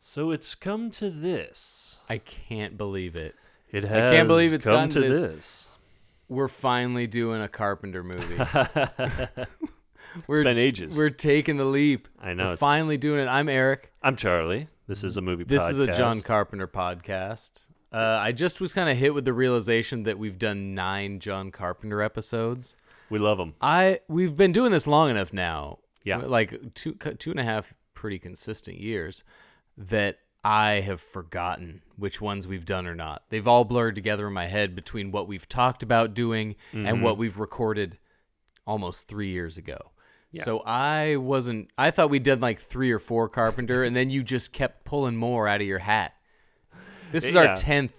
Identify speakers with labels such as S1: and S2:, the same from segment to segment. S1: So it's come to this.
S2: I can't believe it.
S1: It
S2: I
S1: has
S2: can't believe it's
S1: come
S2: gotten
S1: to
S2: this-
S1: this.
S2: We're finally doing a Carpenter movie. we're,
S1: been ages.
S2: We're taking the leap.
S1: I know,
S2: We're
S1: it's-
S2: finally doing it. I'm Eric.
S1: I'm Charlie. This is a movie
S2: This
S1: podcast.
S2: is a John Carpenter podcast. Uh, I just was kind of hit with the realization that we've done nine John Carpenter episodes.
S1: We love him.
S2: I we've been doing this long enough now.
S1: Yeah.
S2: like two cu- two and a half pretty consistent years that I have forgotten which ones we've done or not. They've all blurred together in my head between what we've talked about doing
S1: Mm-hmm.
S2: and what we've recorded almost three years ago. So I wasn't. I thought we did like three or four Carpenter, and then you just kept pulling more out of your hat. This is
S1: Yeah.
S2: our tenth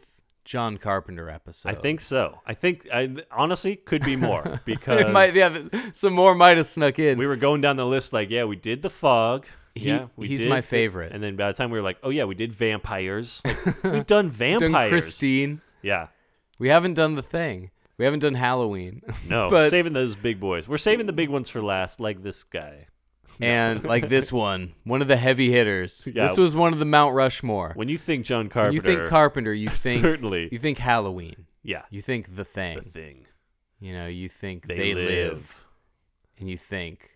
S2: John Carpenter episode.
S1: I think so. I think I honestly could be more because
S2: it might. Yeah, some more might have snuck in.
S1: we were going down the list like, yeah, we did the fog.
S2: He-
S1: yeah, we
S2: he's
S1: did
S2: my
S1: the-
S2: favorite.
S1: and then by the time we were like, oh yeah, we did vampires. Like, we've done vampires.
S2: done Christine.
S1: Yeah.
S2: We haven't done the thing. We haven't done Halloween.
S1: No,
S2: But-
S1: saving those big boys. We're saving the big ones for last, like this guy.
S2: and like this one, one of the heavy hitters.
S1: Yeah.
S2: This was one of the Mount Rushmore.
S1: When you think John
S2: When
S1: Carpenter,
S2: you think Carpenter, you think
S1: Certainly.
S2: you think Halloween.
S1: yeah,
S2: You think the thing.
S1: the thing
S2: You know, you think
S1: they,
S2: they,
S1: live.
S2: and you think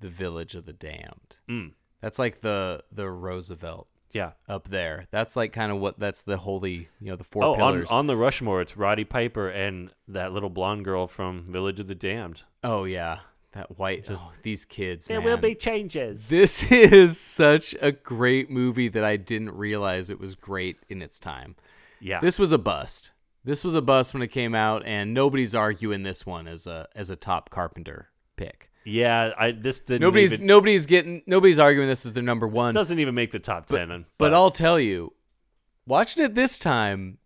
S2: the village of the damned.
S1: Mm.
S2: That's like the the Roosevelt
S1: Yeah.
S2: up there. That's like kind of what that's the holy, you know, the four
S1: Oh, on,
S2: pillars.
S1: on the Rushmore, it's Roddy Piper and that little blonde girl from Village of the Damned.
S2: oh yeah. That white oh, these kids. man.
S1: changes.
S2: This is such a great movie that I didn't realize it was great in its time.
S1: yeah,
S2: This was a bust. This was a bust when it came out, and nobody's arguing this one as a as a top Carpenter pick.
S1: yeah. I this didn't.
S2: Nobody's
S1: even,
S2: nobody's getting nobody's arguing this is their number
S1: this
S2: one.
S1: doesn't even make the top ten. But,
S2: but I'll tell you, watching it this time,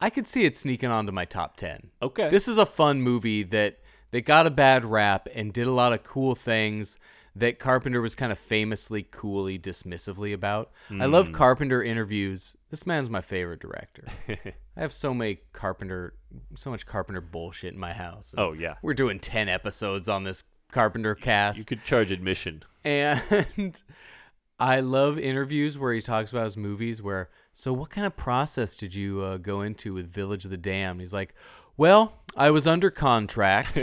S2: I could see it sneaking onto my top ten.
S1: okay.
S2: This is a fun movie that that got a bad rap and did a lot of cool things that Carpenter was kind of famously coolly dismissively about. I love
S1: Hmm.
S2: Carpenter interviews. This man's my favorite director. I have so many Carpenter so much Carpenter bullshit in my house.
S1: Oh, yeah.
S2: We're doing 10 episodes on this Carpenter cast.
S1: you could charge admission.
S2: And I love interviews where he talks about his movies. Where so, what kind of process did you uh, go into with Village of the Damned? He's like, well, I was under contract,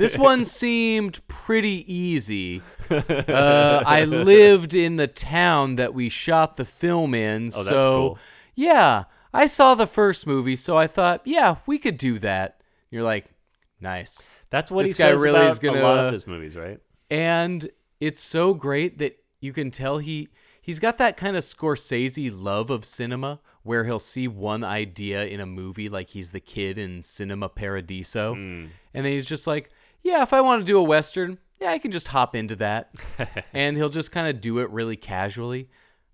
S2: this one seemed pretty easy. Uh, I lived in the town that we shot the film in,
S1: Oh, that's
S2: so
S1: cool.
S2: yeah, I saw the first movie, so I thought, yeah, we could do that. You're like, nice.
S1: That's what
S2: This
S1: he
S2: guy
S1: says
S2: really
S1: about
S2: is gonna-
S1: a lot of his movies, right?
S2: and it's so great that you can tell he he's got that kind of Scorsese love of cinema where he'll see one idea in a movie like he's the kid in Cinema Paradiso
S1: Hmm.
S2: and then he's just like yeah if I want to do a western yeah I can just hop into that and he'll just kind of do it really casually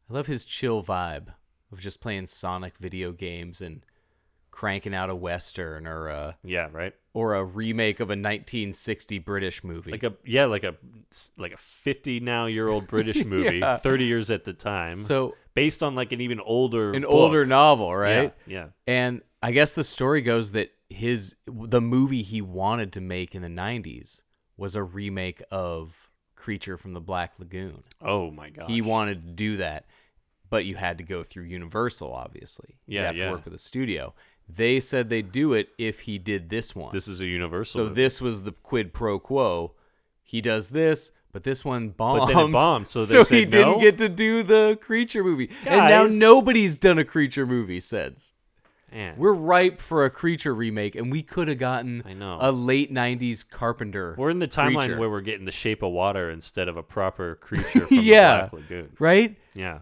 S2: I love his chill vibe of just playing Sonic video games and cranking out a western or a
S1: Yeah, right.
S2: or a remake of a 1960 British movie
S1: Like a yeah, like a like a fifty now year old British movie,
S2: Yeah.
S1: thirty years at the time.
S2: So-
S1: based on like an even older
S2: an
S1: book.
S2: older novel, right?
S1: Yeah,
S2: And I guess the story goes that his the movie he wanted to make in the 90s was a remake of Creature from the Black Lagoon.
S1: yeah. Oh my god.
S2: He wanted to do that, but you had to go through Universal obviously. you
S1: Yeah,
S2: have
S1: yeah.
S2: to work with a studio. They said they'd do it if he did this one.
S1: This is a universal.
S2: so
S1: movie.
S2: this was the quid pro quo. He does this, but this one bombed.
S1: But then it bombed, so they
S2: he
S1: said no?
S2: didn't get to do the creature movie. And now
S1: Guys.
S2: nobody's done a creature movie since.
S1: Man.
S2: We're ripe for a creature remake, and we could have gotten
S1: I know.
S2: a late '90s Carpenter.
S1: We're in the timeline
S2: creature.
S1: where we're getting the shape of water instead of a proper creature from
S2: Yeah.
S1: the Black Lagoon.
S2: right,
S1: Yeah.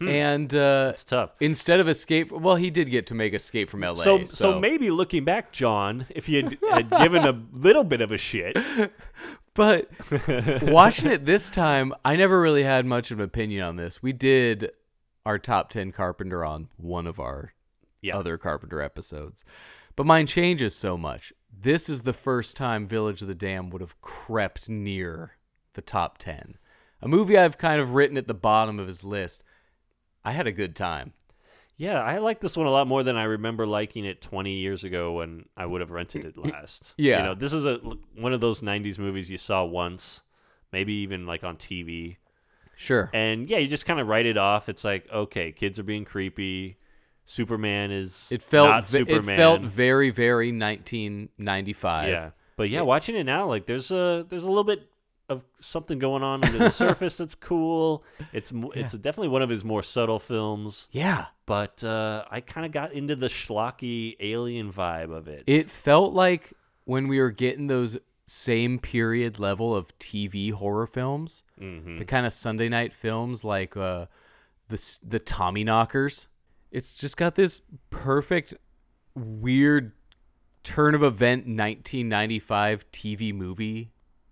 S1: Hmm.
S2: and uh,
S1: It's tough.
S2: instead of escape, well, he did get to make Escape from L.A.
S1: so,
S2: So,
S1: so maybe looking back, John, if you had, had given a little bit of a shit,
S2: But watching it this time, I never really had much of an opinion on this. We did our top 10 Carpenter on one of our
S1: Yeah.
S2: other Carpenter episodes. But mine changes so much. This is the first time Village of the Dam would have crept near the top 10. A movie I've kind of written at the bottom of his list. I had a good time.
S1: Yeah, I like this one a lot more than I remember liking it 20 years ago when I would have rented it last.
S2: Yeah.
S1: You know, this is a one of those 90s movies you saw once, maybe even like on TV.
S2: Sure.
S1: And yeah, you just kind of write it off. It's like, okay, kids are being creepy. Superman is
S2: It felt
S1: not
S2: ve-
S1: Superman.
S2: it felt very very 1995.
S1: yeah. But yeah, watching it now like there's a there's a little bit of something going on under the surface that's cool. It's mo- it's definitely one of his more subtle films.
S2: Yeah.
S1: but uh, I kind of got into the schlocky alien vibe of it.
S2: It felt like when we were getting those same period level of TV horror films,
S1: Mm-hmm.
S2: the kind of Sunday night films like uh, the s- the Tommy Knockers. It's just got this perfect weird turn of event 1995 TV movie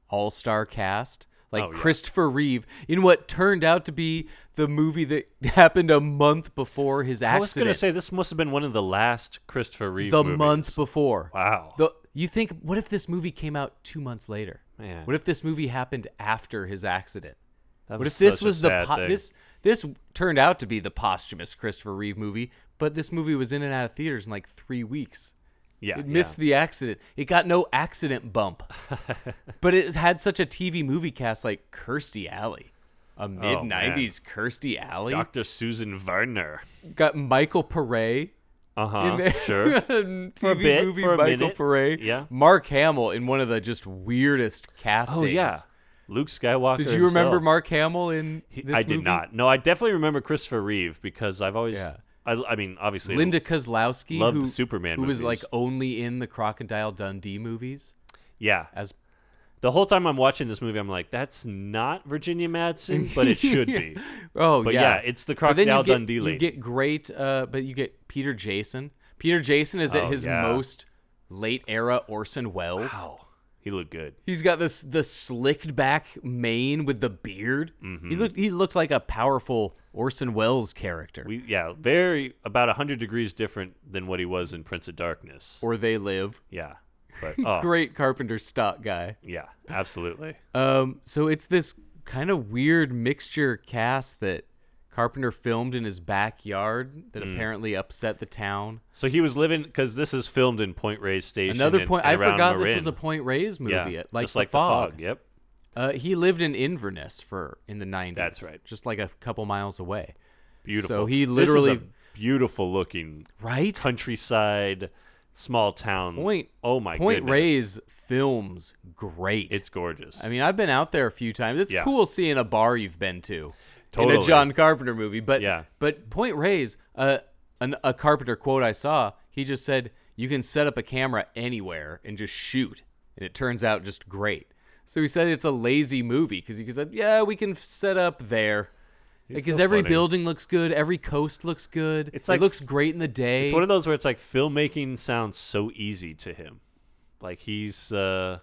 S2: all star cast. Like
S1: Oh, yeah.
S2: Christopher Reeve in what turned out to be the movie that happened a month before his accident.
S1: I was gonna say this must have been one of the last Christopher Reeve.
S2: the
S1: movies.
S2: month before.
S1: Wow.
S2: The, you think, what if this movie came out two months later?
S1: Man.
S2: What if this movie happened after his accident?
S1: That
S2: What
S1: was
S2: if this
S1: such a
S2: was the
S1: sad
S2: po-
S1: thing.
S2: this this turned out to be the posthumous Christopher Reeve movie, but this movie was in and out of theaters in like three weeks.
S1: Yeah,
S2: it missed the accident. It got no accident bump, but it had such a TV movie cast like Kirstie Alley,
S1: Oh,
S2: a mid '90s Kirstie Alley.
S1: Doctor Susan Werner.
S2: got Michael Pere
S1: Uh
S2: in there.
S1: huh. Sure.
S2: TV
S1: a bit,
S2: movie
S1: for a
S2: Michael
S1: minute.
S2: Pere.
S1: Yeah.
S2: Mark Hamill in one of the just weirdest castings.
S1: Oh yeah. Luke Skywalker.
S2: Did you remember
S1: himself.
S2: Mark Hamill in
S1: He-
S2: this
S1: I did
S2: movie?
S1: not. No, I definitely remember Christopher Reeve because I've always.
S2: Yeah.
S1: I, I mean, obviously.
S2: Linda Kozlowski,
S1: Loved
S2: who,
S1: the Superman
S2: who was like
S1: movies.
S2: only in the Crocodile Dundee movies.
S1: Yeah.
S2: As
S1: The whole time I'm watching this movie, I'm like, that's not Virginia Madsen, but it should be.
S2: oh
S1: But
S2: yeah.
S1: yeah, it's the
S2: But then you
S1: Crocodile
S2: get-
S1: Dundee
S2: You
S1: lady.
S2: get great, uh, but you get Peter Jason. Peter Jason is
S1: Oh,
S2: at his
S1: yeah.
S2: most late era Orson Welles.
S1: Wow. He looked good.
S2: He's got this the slicked back mane with the beard.
S1: Mm-hmm.
S2: He looked he looked like a powerful Orson Welles character.
S1: We yeah, very about hundred degrees different than what he was in Prince of Darkness.
S2: or they live.
S1: Yeah, but oh,
S2: Great carpenter stock guy.
S1: yeah, absolutely.
S2: Um, so it's this kind of weird mixture cast that Carpenter filmed in his backyard
S1: Mm.
S2: that apparently upset the town.
S1: So he was living because this is filmed in Point Reyes Station.
S2: Another
S1: and-
S2: point
S1: and
S2: I
S1: around
S2: forgot
S1: Marin.
S2: this was a Point Reyes movie.
S1: Yeah,
S2: like,
S1: just
S2: the,
S1: like
S2: fog.
S1: Yep.
S2: Uh, he lived in Inverness for in the 90s.
S1: That's right.
S2: Just like a couple miles away.
S1: Beautiful.
S2: So he
S1: This is a
S2: literally-
S1: beautiful looking
S2: Right?
S1: countryside, small town.
S2: Point.
S1: Oh my
S2: Point
S1: goodness.
S2: Reyes films great.
S1: It's gorgeous.
S2: I mean, I've been out there a few times. It's
S1: Yeah.
S2: cool seeing a bar you've been to in a
S1: Totally.
S2: John Carpenter movie, but
S1: Yeah.
S2: but Point Reyes, uh, an, a Carpenter quote I saw, he just said, "You can set up a camera anywhere and just shoot, and it turns out just great." So he said it's a lazy movie because he said, "Yeah, we can f- set up there." Because
S1: so
S2: every
S1: funny.
S2: building looks good, every coast looks good.
S1: It's
S2: it
S1: like-
S2: looks great in the day.
S1: it's one of those where it's like filmmaking sounds so easy to him, like he's uh,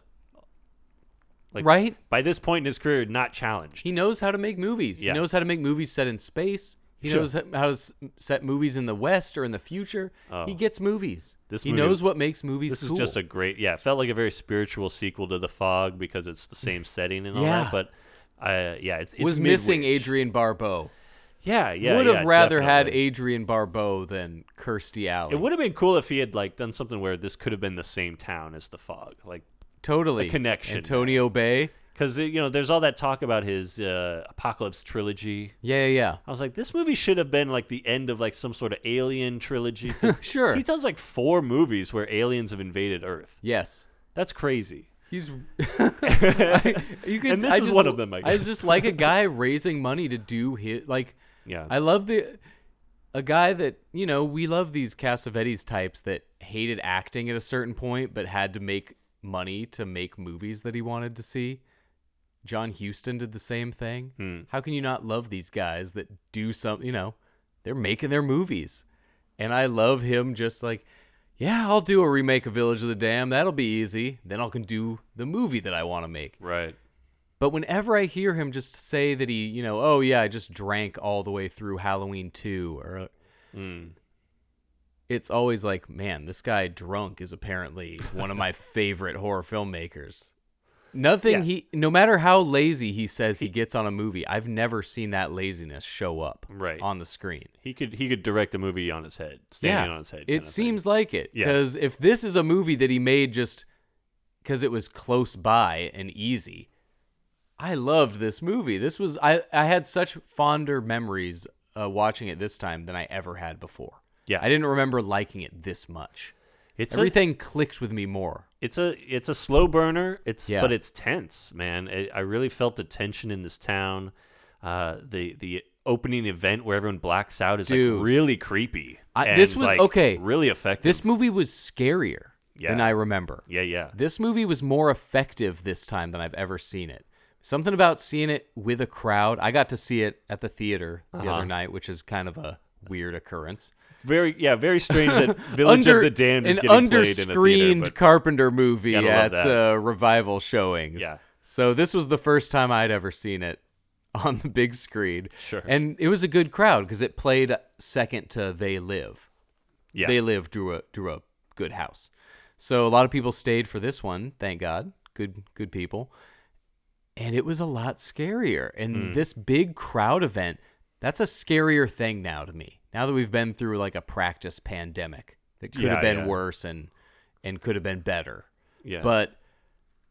S1: like
S2: Right?
S1: by this point in his career not challenged.
S2: He knows how to make movies.
S1: Yeah.
S2: He knows how to make movies set in space. He
S1: Sure.
S2: knows h- how to s- set movies in the West or in the future. He gets movies.
S1: Oh. This
S2: he
S1: movie-
S2: knows what makes movies.
S1: this is
S2: cool.
S1: just a great yeah it felt like a very spiritual sequel to the fog because it's the same setting and all
S2: Mm. Yeah.
S1: that but uh, yeah it's, it's
S2: was missing
S1: mid-range.
S2: Adrian Barbeau.
S1: yeah yeah
S2: would
S1: yeah,
S2: have rather had
S1: definitely.
S2: Adrian Barbeau than Kirstie Alley.
S1: it would have been cool if he had like done something where this could have been the same town as the fog like
S2: totally
S1: a connection
S2: Antonio Bay.
S1: because you know there's all that talk about his uh, apocalypse trilogy
S2: Yeah, yeah, yeah.
S1: I was like, this movie should have been like the end of like some sort of alien trilogy. 'cause
S2: Sure.
S1: He does like four movies where aliens have invaded Earth.
S2: Yes.
S1: That's crazy.
S2: He's. I- you can,
S1: And this
S2: I
S1: is
S2: just-
S1: one of them, I guess.
S2: just like a guy raising money to do his like.
S1: Yeah.
S2: I love the a guy that you know we love these Cassavetes types that hated acting at a certain point but had to make money to make movies that he wanted to see. John Huston did the same thing. How can you not love these guys that do some? You know, they're making their movies, and I love him just like yeah, I'll do a remake of Village of the Dam. That'll be easy. Then I can do the movie that I want to make.
S1: Right.
S2: But whenever I hear him just say that he, you know, oh yeah, I just drank all the way through Halloween 2 or
S1: Mm.
S2: It's always like, man, this guy drunk is apparently one of my favorite horror filmmakers. Nothing
S1: Yeah.
S2: he no matter how lazy he says he gets on a movie, I've never seen that laziness show up
S1: Right.
S2: on the screen.
S1: He could he could direct a movie on its head, standing on its head.
S2: It seems like it
S1: Yeah.
S2: because if this is a movie that he made just because it was close by and easy, I loved this movie. This was I I had such fonder memories uh, watching it this time than I ever had before.
S1: Yeah.
S2: I didn't remember liking it this much.
S1: it's a,
S2: Everything clicked with me more.
S1: it's a it's a slow burner. It's
S2: Yeah.
S1: but it's tense, man. I I really felt the tension in this town. Uh, the the opening event where everyone blacks out is
S2: Dude.
S1: like really creepy.
S2: I- this
S1: and,
S2: was-
S1: like,
S2: okay.
S1: Really effective.
S2: This movie was scarier than
S1: Yeah.
S2: I remember.
S1: yeah, yeah,
S2: This movie was more effective this time than I've ever seen it. Something about seeing it with a crowd. I got to see it at the theater the other night, which is kind of a weird occurrence.
S1: very yeah, very strange that Village of the Damned is
S2: an
S1: getting played in a theater.
S2: underscreened
S1: But,
S2: Carpenter movie
S1: Gotta love
S2: at
S1: that.
S2: uh, revival showings.
S1: Yeah.
S2: So this was the first time I'd ever seen it on the big screen.
S1: Sure.
S2: And it was a good crowd because it played second to They Live.
S1: yeah,
S2: They Live drew a drew a good house. So a lot of people stayed for this one, thank God. Good good people. And it was a lot scarier. And
S1: Hmm.
S2: this big crowd event, that's a scarier thing now to me. Now that we've been through like a practice pandemic that could
S1: Yeah,
S2: have been
S1: yeah.
S2: worse and and could have been better.
S1: yeah.
S2: But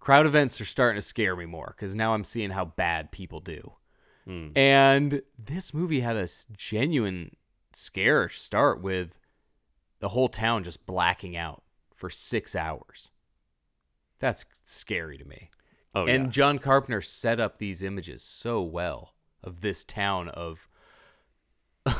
S2: crowd events are starting to scare me more because now I'm seeing how bad people do.
S1: Hmm.
S2: And this movie had a s- genuine scare start with the whole town just blacking out for six hours. That's scary to me.
S1: oh
S2: and
S1: yeah.
S2: John Carpenter set up these images so well of this town of.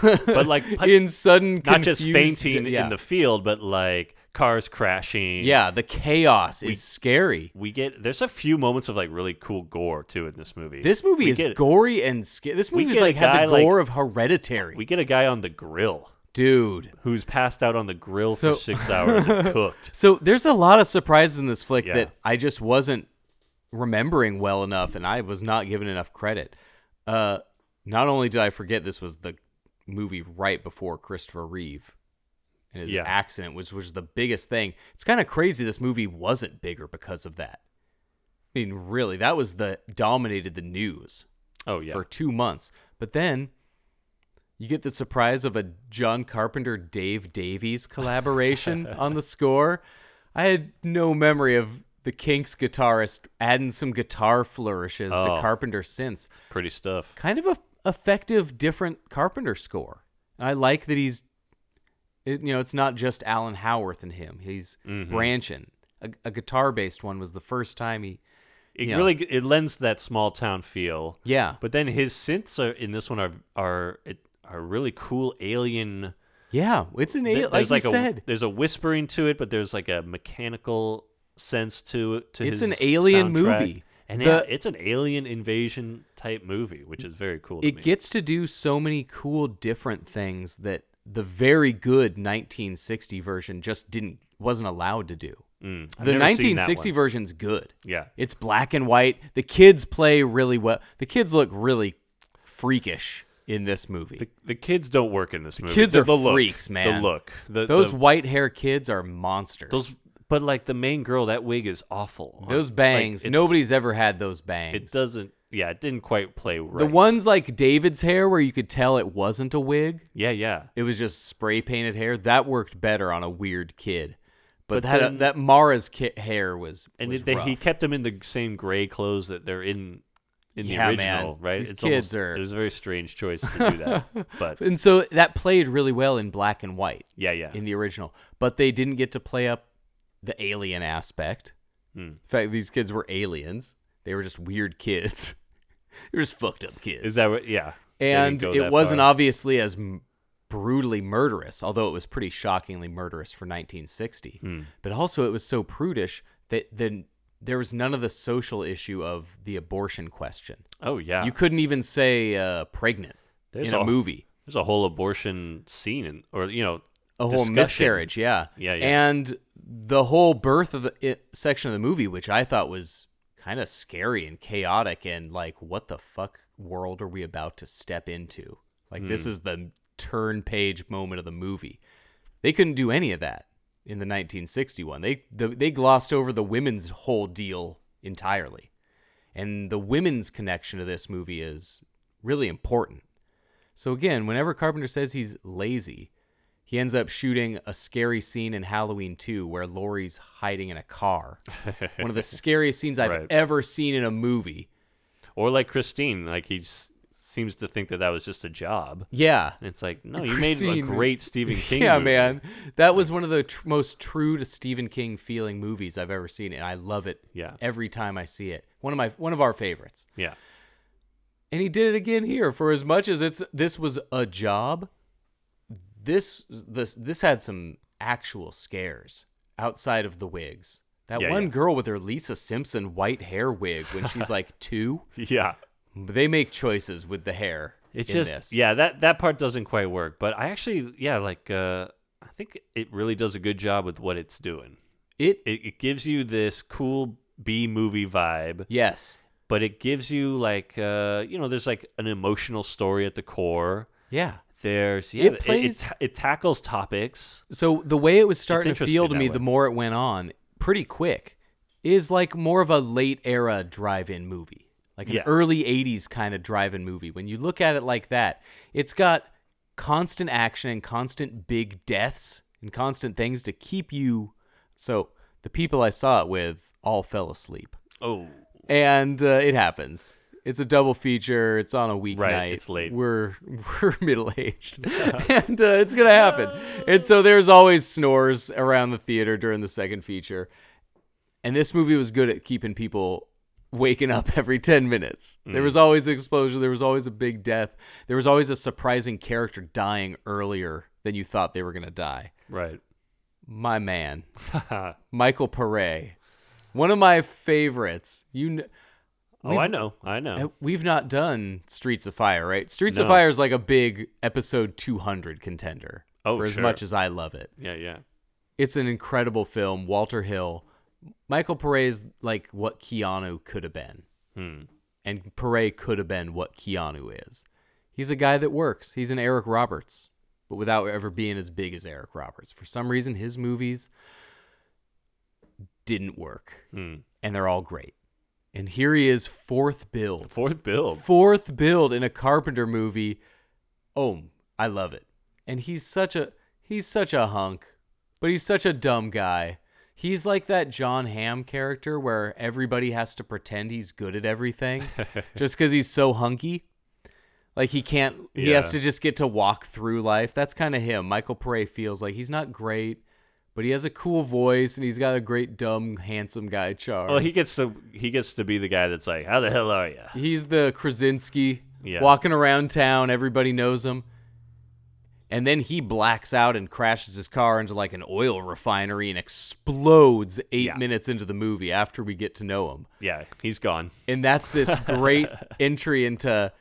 S1: but like
S2: in sudden,
S1: not just
S2: confused-
S1: fainting
S2: yeah.
S1: in the field, but like cars crashing.
S2: yeah, the chaos is scary.
S1: we get there's a few moments of like really cool gore too in this movie.
S2: This movie
S1: We
S2: is
S1: get-
S2: gory and scary. This
S1: we
S2: movie is
S1: get a
S2: like had the
S1: guy,
S2: gore
S1: like-
S2: of Hereditary,
S1: We get a guy on the grill
S2: dude.
S1: who's passed out on the grill
S2: So-
S1: for six hours and cooked.
S2: So there's a lot of surprises in this flick
S1: Yeah.
S2: that I just wasn't remembering well enough, and I was not given enough credit. Uh, not only did I forget this was the movie right before Christopher Reeve and his
S1: Yeah.
S2: accident, which was the biggest thing. It's kind of crazy this movie wasn't bigger because of that. I mean, really, that was the dominated the news.
S1: Oh yeah,
S2: for two months. But then you get the surprise of a John Carpenter Dave Davies collaboration on the score. I had no memory of the Kinks guitarist adding some guitar flourishes to
S1: Oh.
S2: Carpenter synths.
S1: pretty stuff.
S2: Kind of a effective, different Carpenter score. And I like that he's, it, you know, it's not just Alan Howarth and him. He's
S1: Mm-hmm.
S2: branching. A, a guitar-based one was the first time he,
S1: It
S2: Yeah.
S1: really it lends that small town feel.
S2: yeah,
S1: But then his synths are, in this one are are it, are really cool alien.
S2: yeah. It's an alien, like, you
S1: a
S2: said.
S1: there's a whispering to it, but there's like a mechanical sense to it. To
S2: It's
S1: his
S2: an alien
S1: soundtrack.
S2: movie.
S1: and
S2: The-
S1: yeah, it's an alien invasion type movie, which is very cool. to
S2: it
S1: me.
S2: gets to do so many cool different things that the very good 1960 version just didn't wasn't allowed to do.
S1: Mm. I've
S2: the
S1: never seen that
S2: 1960
S1: one.
S2: version's good.
S1: Yeah.
S2: It's black and white. The kids play really well. The kids look really freakish in this movie.
S1: The, the kids don't work in this movie.
S2: kids
S1: the,
S2: are
S1: the look,
S2: freaks, man.
S1: The look. The,
S2: Those
S1: the,
S2: white hair kids are monsters.
S1: those but like the main girl, that wig is awful.
S2: Those
S1: Like,
S2: bangs.
S1: it's-
S2: Nobody's ever had those bangs.
S1: It doesn't. Yeah, it didn't quite play right.
S2: The ones like David's hair where you could tell it wasn't a wig.
S1: Yeah, yeah.
S2: it was just spray painted hair that worked better on a weird kid but,
S1: But
S2: that uh,
S1: then-
S2: that mara's ki hair was
S1: And
S2: was
S1: it, they, he
S2: rough.
S1: kept them in the same gray clothes that they're in in
S2: Yeah, man.
S1: the original, right?
S2: These
S1: it's almost,
S2: kids are-
S1: It was a very strange choice to do that, but
S2: and so that played really well in black and white
S1: yeah, yeah.
S2: in the original but they didn't get to play up the alien aspect
S1: Hmm.
S2: in fact these kids were aliens they were just weird kids they were just fucked up kids
S1: is that what? Yeah. They didn't
S2: and
S1: go
S2: it
S1: that
S2: wasn't
S1: far.
S2: obviously as m- brutally murderous, although it was pretty shockingly murderous for 1960.
S1: Hmm.
S2: But also, it was so prudish that then there was none of the social issue of the abortion question.
S1: Oh yeah.
S2: You couldn't even say uh, pregnant
S1: There's
S2: in a,
S1: a-
S2: movie.
S1: There's a whole abortion scene, in, or you know,
S2: a whole
S1: discussion.
S2: miscarriage. Yeah.
S1: Yeah, yeah.
S2: And the whole birth of the it, section of the movie, which I thought was kind of scary and chaotic, and like, what the fuck world are we about to step into? Like,
S1: Hmm.
S2: this is the turn page moment of the movie. They couldn't do any of that in the 1961. They the, they glossed over the women's whole deal entirely, and the women's connection to this movie is really important. So again, whenever Carpenter says he's lazy, he ends up shooting a scary scene in Halloween 2 where Laurie's hiding in a car. One of the scariest scenes I've
S1: Right.
S2: ever seen in a movie.
S1: Or like Christine, like he s- seems to think that that was just a job.
S2: Yeah.
S1: And it's like, no, you made a
S2: Christine.
S1: great Stephen King.
S2: yeah,
S1: movie.
S2: man. That was one of the tr- most true to Stephen King feeling movies I've ever seen and I love it
S1: Yeah.
S2: every time I see it. One of my one of our favorites.
S1: Yeah,
S2: And he did it again here for as much as it's this was a job. This this this had some actual scares outside of the wigs. That
S1: Yeah,
S2: one
S1: yeah.
S2: girl with her Lisa Simpson white hair wig when she's like 2,
S1: yeah.
S2: they make choices with the hair.
S1: It's
S2: in
S1: just
S2: this.
S1: yeah that that part doesn't quite work. But I actually yeah like uh, I think it really does a good job with what it's doing.
S2: It,
S1: It, it gives you this cool B movie vibe,
S2: yes.
S1: but it gives you like uh, you know there's like an emotional story at the core.
S2: Yeah.
S1: There's yeah
S2: It
S1: it it,
S2: plays-
S1: ta- it tackles topics.
S2: So the way it was starting to
S1: interesting
S2: feel to
S1: that
S2: me
S1: way.
S2: the more it went on, pretty quick, is like more of a late era drive-in movie. Like an
S1: Yeah.
S2: early 80s kind of drive-in movie. When you look at it like that, it's got constant action and constant big deaths and constant things to keep you so the people I saw it with all fell asleep.
S1: Oh
S2: And uh, it happens. It's a double feature. It's on a weeknight.
S1: it's late.
S2: We're we're middle aged, and uh, it's gonna happen. And so there's always snores around the theater during the second feature. And this movie was good at keeping people waking up every ten minutes.
S1: Mm.
S2: There was always an explosion. There was always a big death. There was always a surprising character dying earlier than you thought they were gonna die.
S1: right. Oh,
S2: My man. Michael Pare, one of my favorites. You, kn-
S1: Oh, I know, I
S2: uh,
S1: know.
S2: we've not done Streets of Fire, right? Streets of
S1: No.
S2: Fire is like a big episode 200 contender.
S1: Oh,
S2: for as
S1: sure.
S2: much as I love it,
S1: Yeah, yeah.
S2: it's an incredible film. Walter Hill, Michael Pare is like what Keanu could have been,
S1: Hmm.
S2: and Pare could have been what Keanu is. He's a guy that works. He's an Eric Roberts, but without ever being as big as Eric Roberts. For some reason, his movies didn't work
S1: Hmm.
S2: and they're all great. And here he is, fourth build.
S1: Fourth build.
S2: Fourth build in a Carpenter movie. Oh, I love it. And he's such a he's such a hunk, but he's such a dumb guy. He's like that John Hamm character where everybody has to pretend he's good at everything just cuz he's so hunky. Like he can't he has
S1: Yeah.
S2: to just get to walk through life. That's kind of him. Michael Pare feels like he's not great, but he has a cool voice and he's got a great dumb handsome guy charm.
S1: Well, he gets to he gets to be the guy that's like, "How the hell are you?"
S2: He's the Krasinski
S1: Yeah.
S2: walking around town. Everybody knows him. And then he blacks out and crashes his car into like an oil refinery and explodes eight
S1: Yeah.
S2: minutes into the movie after we get to know him.
S1: Yeah, he's gone.
S2: And that's this great entry into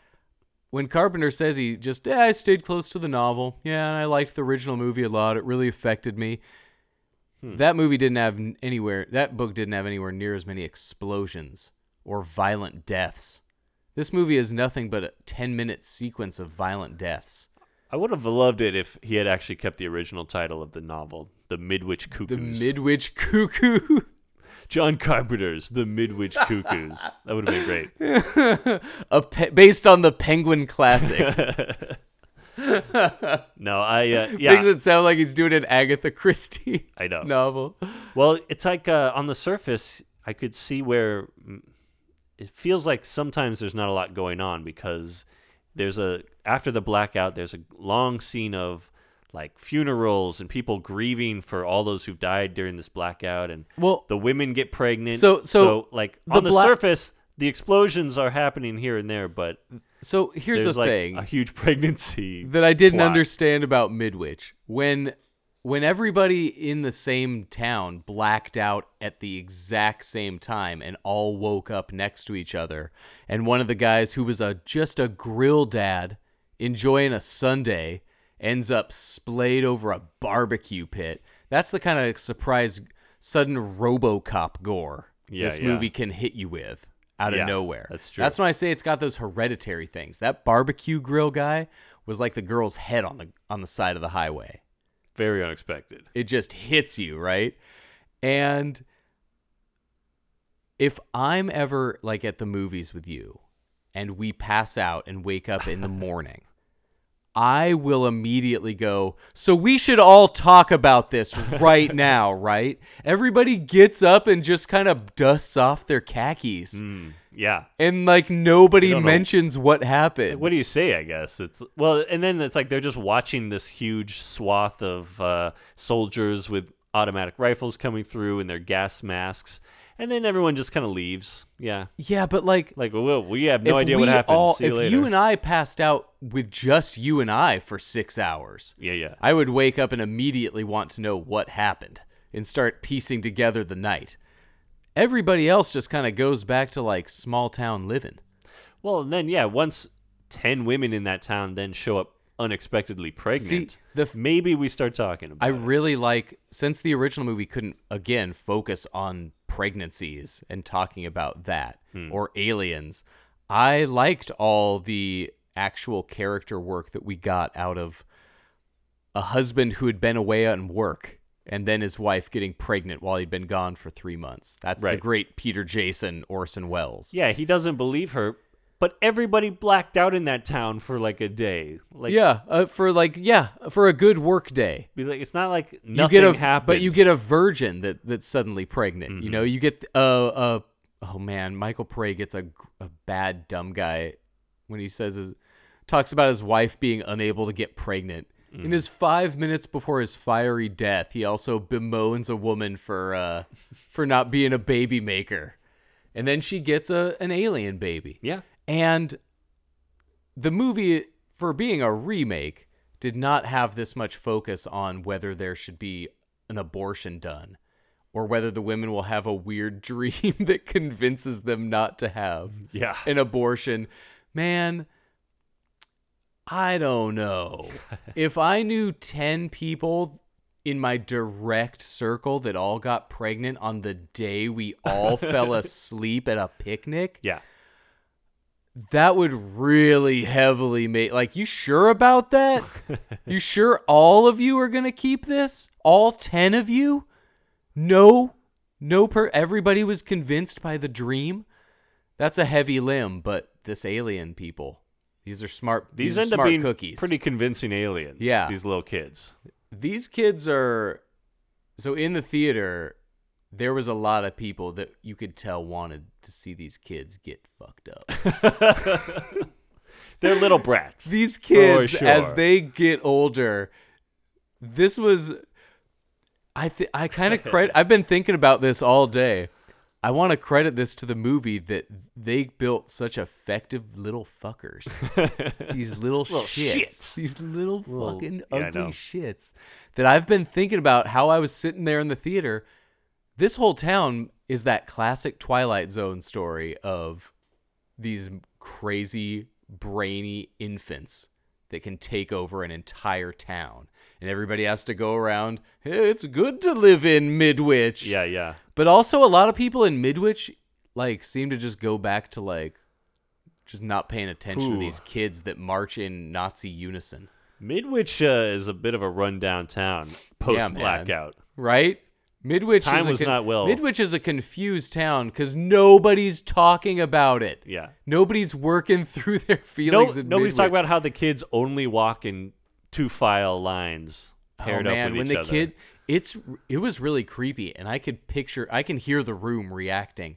S2: when Carpenter says he just, yeah, I stayed close to the novel. Yeah, and I liked the original movie a lot. It really affected me. That movie didn't have n- anywhere, that book didn't have anywhere near as many explosions or violent deaths. This movie is nothing but a 10 minute sequence of violent deaths.
S1: I would have loved it if he had actually kept the original title of the novel, The Midwich
S2: The
S1: Cuckoos.
S2: Midwich Cuckoo.
S1: John Carpenter's The Midwich Cuckoos. That would have been great.
S2: a pe- based on the Penguin classic.
S1: No, I uh, yeah,
S2: Makes it sound like he's doing an Agatha Christie
S1: I know.
S2: novel.
S1: Well, it's like uh, on the surface, I could see where mm, it feels like sometimes there's not a lot going on because there's a after the blackout, there's a long scene of like funerals and people grieving for all those who've died during this blackout, and
S2: Well-
S1: the women get pregnant.
S2: So- so
S1: like
S2: the
S1: on the
S2: black-
S1: surface, the explosions are happening here and there, but
S2: So here's
S1: there's
S2: the
S1: like
S2: thing
S1: a huge pregnancy
S2: that I didn't
S1: plot.
S2: understand about Midwich. When when everybody in the same town blacked out at the exact same time and all woke up next to each other, and one of the guys who was a just a grill dad enjoying a Sunday ends up splayed over a barbecue pit. That's the kind of surprise, sudden RoboCop gore
S1: Yeah,
S2: this
S1: yeah.
S2: movie can hit you with out of
S1: Yeah,
S2: nowhere.
S1: that's true.
S2: That's why I say it's got those hereditary things. That barbecue grill guy was like the girl's head on the on the side of the highway.
S1: Very unexpected.
S2: It just hits you, right? And if I'm ever like at the movies with you and we pass out and wake up in the morning, I will immediately go, so we should all talk about this right now, right? Everybody gets up and just kind of dusts off their khakis
S1: Mm. Yeah.
S2: and like nobody
S1: don't know-
S2: mentions what happened.
S1: What do you say? I guess it's well, and then it's like they're just watching this huge swath of uh, soldiers with automatic rifles coming through and their gas masks, and then everyone just kind of leaves. Yeah,
S2: yeah, but like
S1: like well, we have no
S2: if
S1: idea what
S2: we
S1: happened.
S2: all-
S1: See you
S2: if
S1: later.
S2: you and I passed out with just you and I for six hours,
S1: yeah, yeah,
S2: I would wake up and immediately want to know what happened and start piecing together the night. Everybody else just kind of goes back to like small town living.
S1: Well, and then yeah, once ten women in that town then show up unexpectedly pregnant,
S2: the f-
S1: maybe we start talking about.
S2: I
S1: it.
S2: really like since the original movie couldn't again focus on pregnancies and talking about that
S1: Hmm.
S2: or aliens. I liked all the actual character work that we got out of a husband who had been away on work and then his wife getting pregnant while he'd been gone for 3 months. That's the
S1: Right.
S2: great Peter Jason Orson Welles.
S1: Yeah, he doesn't believe her, but everybody blacked out in that town for like a day. Like
S2: yeah, uh, for like yeah, for a good work day.
S1: be like it's not like
S2: you
S1: nothing
S2: get a
S1: happened. Mm-hmm.
S2: but you get a virgin that that's suddenly pregnant. You know, you get a uh, oh man, Michael Prey gets a a bad dumb guy when he says his talks about his wife being unable to get pregnant.
S1: Mm.
S2: In his five minutes before his fiery death, he also bemoans a woman for uh, for not being a baby maker, and then she gets a an alien baby.
S1: yeah.
S2: And the movie, for being a remake, did not have this much focus on whether there should be an abortion done or whether the women will have a weird dream that convinces them not to have
S1: Yeah.
S2: an abortion. Man, I don't know. if I knew 10 people in my direct circle that all got pregnant on the day we all fell asleep at a picnic,
S1: Yeah.
S2: that would really heavily make like you sure about that? you sure all of you are going to keep this? All 10 of you? No. No per everybody was convinced by the dream. That's a heavy limb, but this alien people. These are smart
S1: These,
S2: are
S1: end up
S2: smart
S1: being
S2: cookies.
S1: pretty convincing aliens.
S2: Yeah.
S1: These little kids.
S2: These kids are so in the theater there was a lot of people that you could tell wanted to see these kids get fucked up.
S1: They're little brats.
S2: these
S1: for
S2: kids
S1: sure.
S2: as they get older this was i th- i kind of credit i've been thinking about this all day i want to credit this to the movie that they built such effective little fuckers these little, shits,
S1: shits.
S2: these little
S1: Little-
S2: fucking
S1: yeah, I
S2: ugly
S1: know.
S2: shits that i've been thinking about how i was sitting there in the theater this whole town is that classic twilight zone story of these crazy brainy infants that can take over an entire town and everybody has to go around "Hey, it's good to live in midwich
S1: Yeah, yeah.
S2: but also a lot of people in midwich like seem to just go back to like just not paying attention to
S1: Ooh.
S2: these kids that march in nazi unison
S1: Midwich uh, is a bit of a rundown town post blackout.
S2: right midwich
S1: Time
S2: is a
S1: was not well-
S2: midwich is a confused town because nobody's talking about it
S1: Yeah.
S2: nobody's working through their
S1: No,
S2: feelings in
S1: nobody's
S2: Midwich.
S1: talking about how the kids only walk in two file lines paired
S2: oh,
S1: up
S2: man,
S1: with
S2: when
S1: each
S2: the
S1: other.
S2: kid it's it was really creepy and i could picture i can hear the room reacting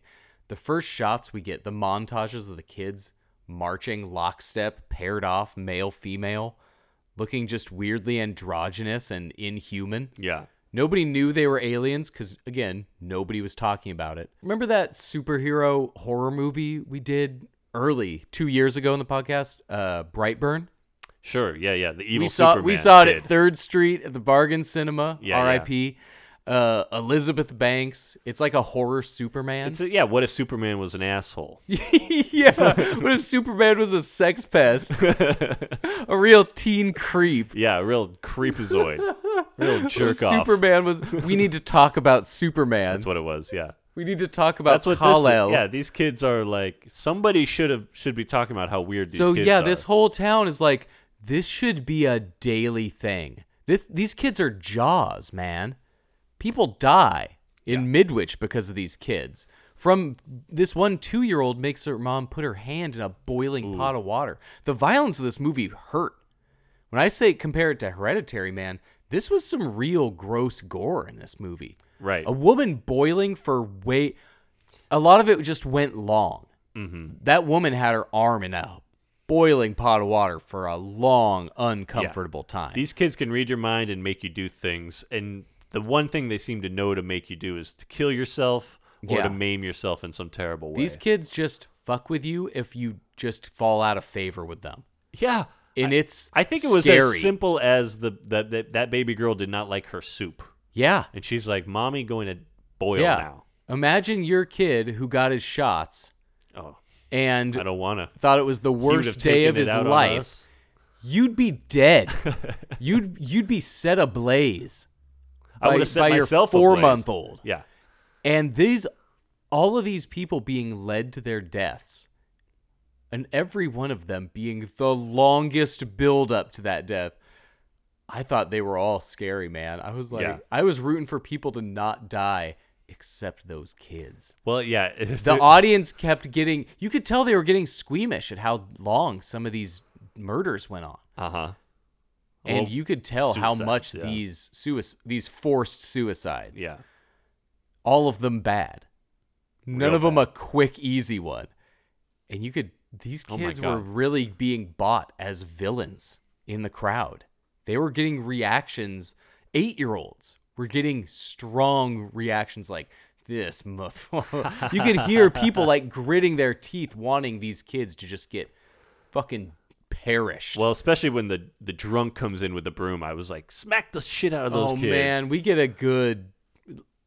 S2: the first shots we get the montages of the kids marching lockstep paired off male female looking just weirdly androgynous and inhuman
S1: yeah.
S2: nobody knew they were aliens because again nobody was talking about it remember that superhero horror movie we did early two years ago in the podcast uh brightburn
S1: Sure. Yeah, yeah. The evil
S2: we saw
S1: Superman
S2: we saw it
S1: kid.
S2: at Third Street at the Bargain Cinema,
S1: Yeah, yeah.
S2: R.I.P. Uh, Elizabeth Banks. It's like a horror Superman.
S1: It's a, yeah. What if Superman was an asshole?
S2: yeah. What if Superman was a sex pest? a real teen creep.
S1: Yeah, a real creepazoid, real jerk off.
S2: Superman was. We need to talk about Superman.
S1: That's what it was. Yeah.
S2: we need to talk about
S1: That's what this,
S2: Kal-El.
S1: yeah, these kids are like somebody should have should be talking about how weird these
S2: so
S1: kids
S2: yeah,
S1: are.
S2: this whole town is like this should be a daily thing. This these kids are jaws, man. People die in Midwich because of these kids. From this one two-year-old makes her mom put her hand in a boiling pot of water. The violence of this movie hurt. When I say compare it to Hereditary, man, this was some real gross gore in this movie.
S1: Right.
S2: A woman boiling for way. A lot of it just went long. Mm-hmm. That woman had her arm in a boiling pot of water for a long, uncomfortable time.
S1: These kids can read your mind and make you do things. And the one thing they seem to know to make you do is to kill yourself or
S2: Yeah.
S1: to maim yourself in some terrible way.
S2: These kids just fuck with you if you just fall out of favor with them.
S1: yeah.
S2: And it's
S1: I think it was
S2: scary.
S1: as simple as the that, that that baby girl did not like her soup,
S2: Yeah.
S1: and she's like, "Mommy, going to boil
S2: yeah.
S1: now."
S2: Imagine your kid who got his shots
S1: Oh,
S2: and
S1: I don't want to.
S2: thought it was the worst day of his life. you'd be dead. you'd you'd be set ablaze.
S1: I
S2: by-
S1: would have set
S2: by your
S1: myself ablaze.
S2: four-month-old.
S1: Yeah,
S2: And these all of these people being led to their deaths. And every one of them being the longest build up to that death. I thought they were all scary, man. I was like
S1: Yeah.
S2: I was rooting for people to not die except those kids.
S1: well, yeah. it's-
S2: The audience kept getting you could tell they were getting squeamish at how long some of these murders went on.
S1: Uh-huh.
S2: and
S1: Well,
S2: you could tell how
S1: suicides,
S2: much
S1: yeah.
S2: these suic- these forced suicides
S1: Yeah.
S2: all of them bad none
S1: Real
S2: of them
S1: bad.
S2: a quick easy one and you could these
S1: Oh my
S2: kids were
S1: God.
S2: really being bought as villains in the crowd they were getting reactions 8 year olds were getting strong reactions like this motherfucker you could hear people like gritting their teeth wanting these kids to just get fucking perished
S1: Well, especially when the the drunk comes in with the broom, I was like, smack the shit out of those
S2: oh
S1: kids.
S2: man, we get a good.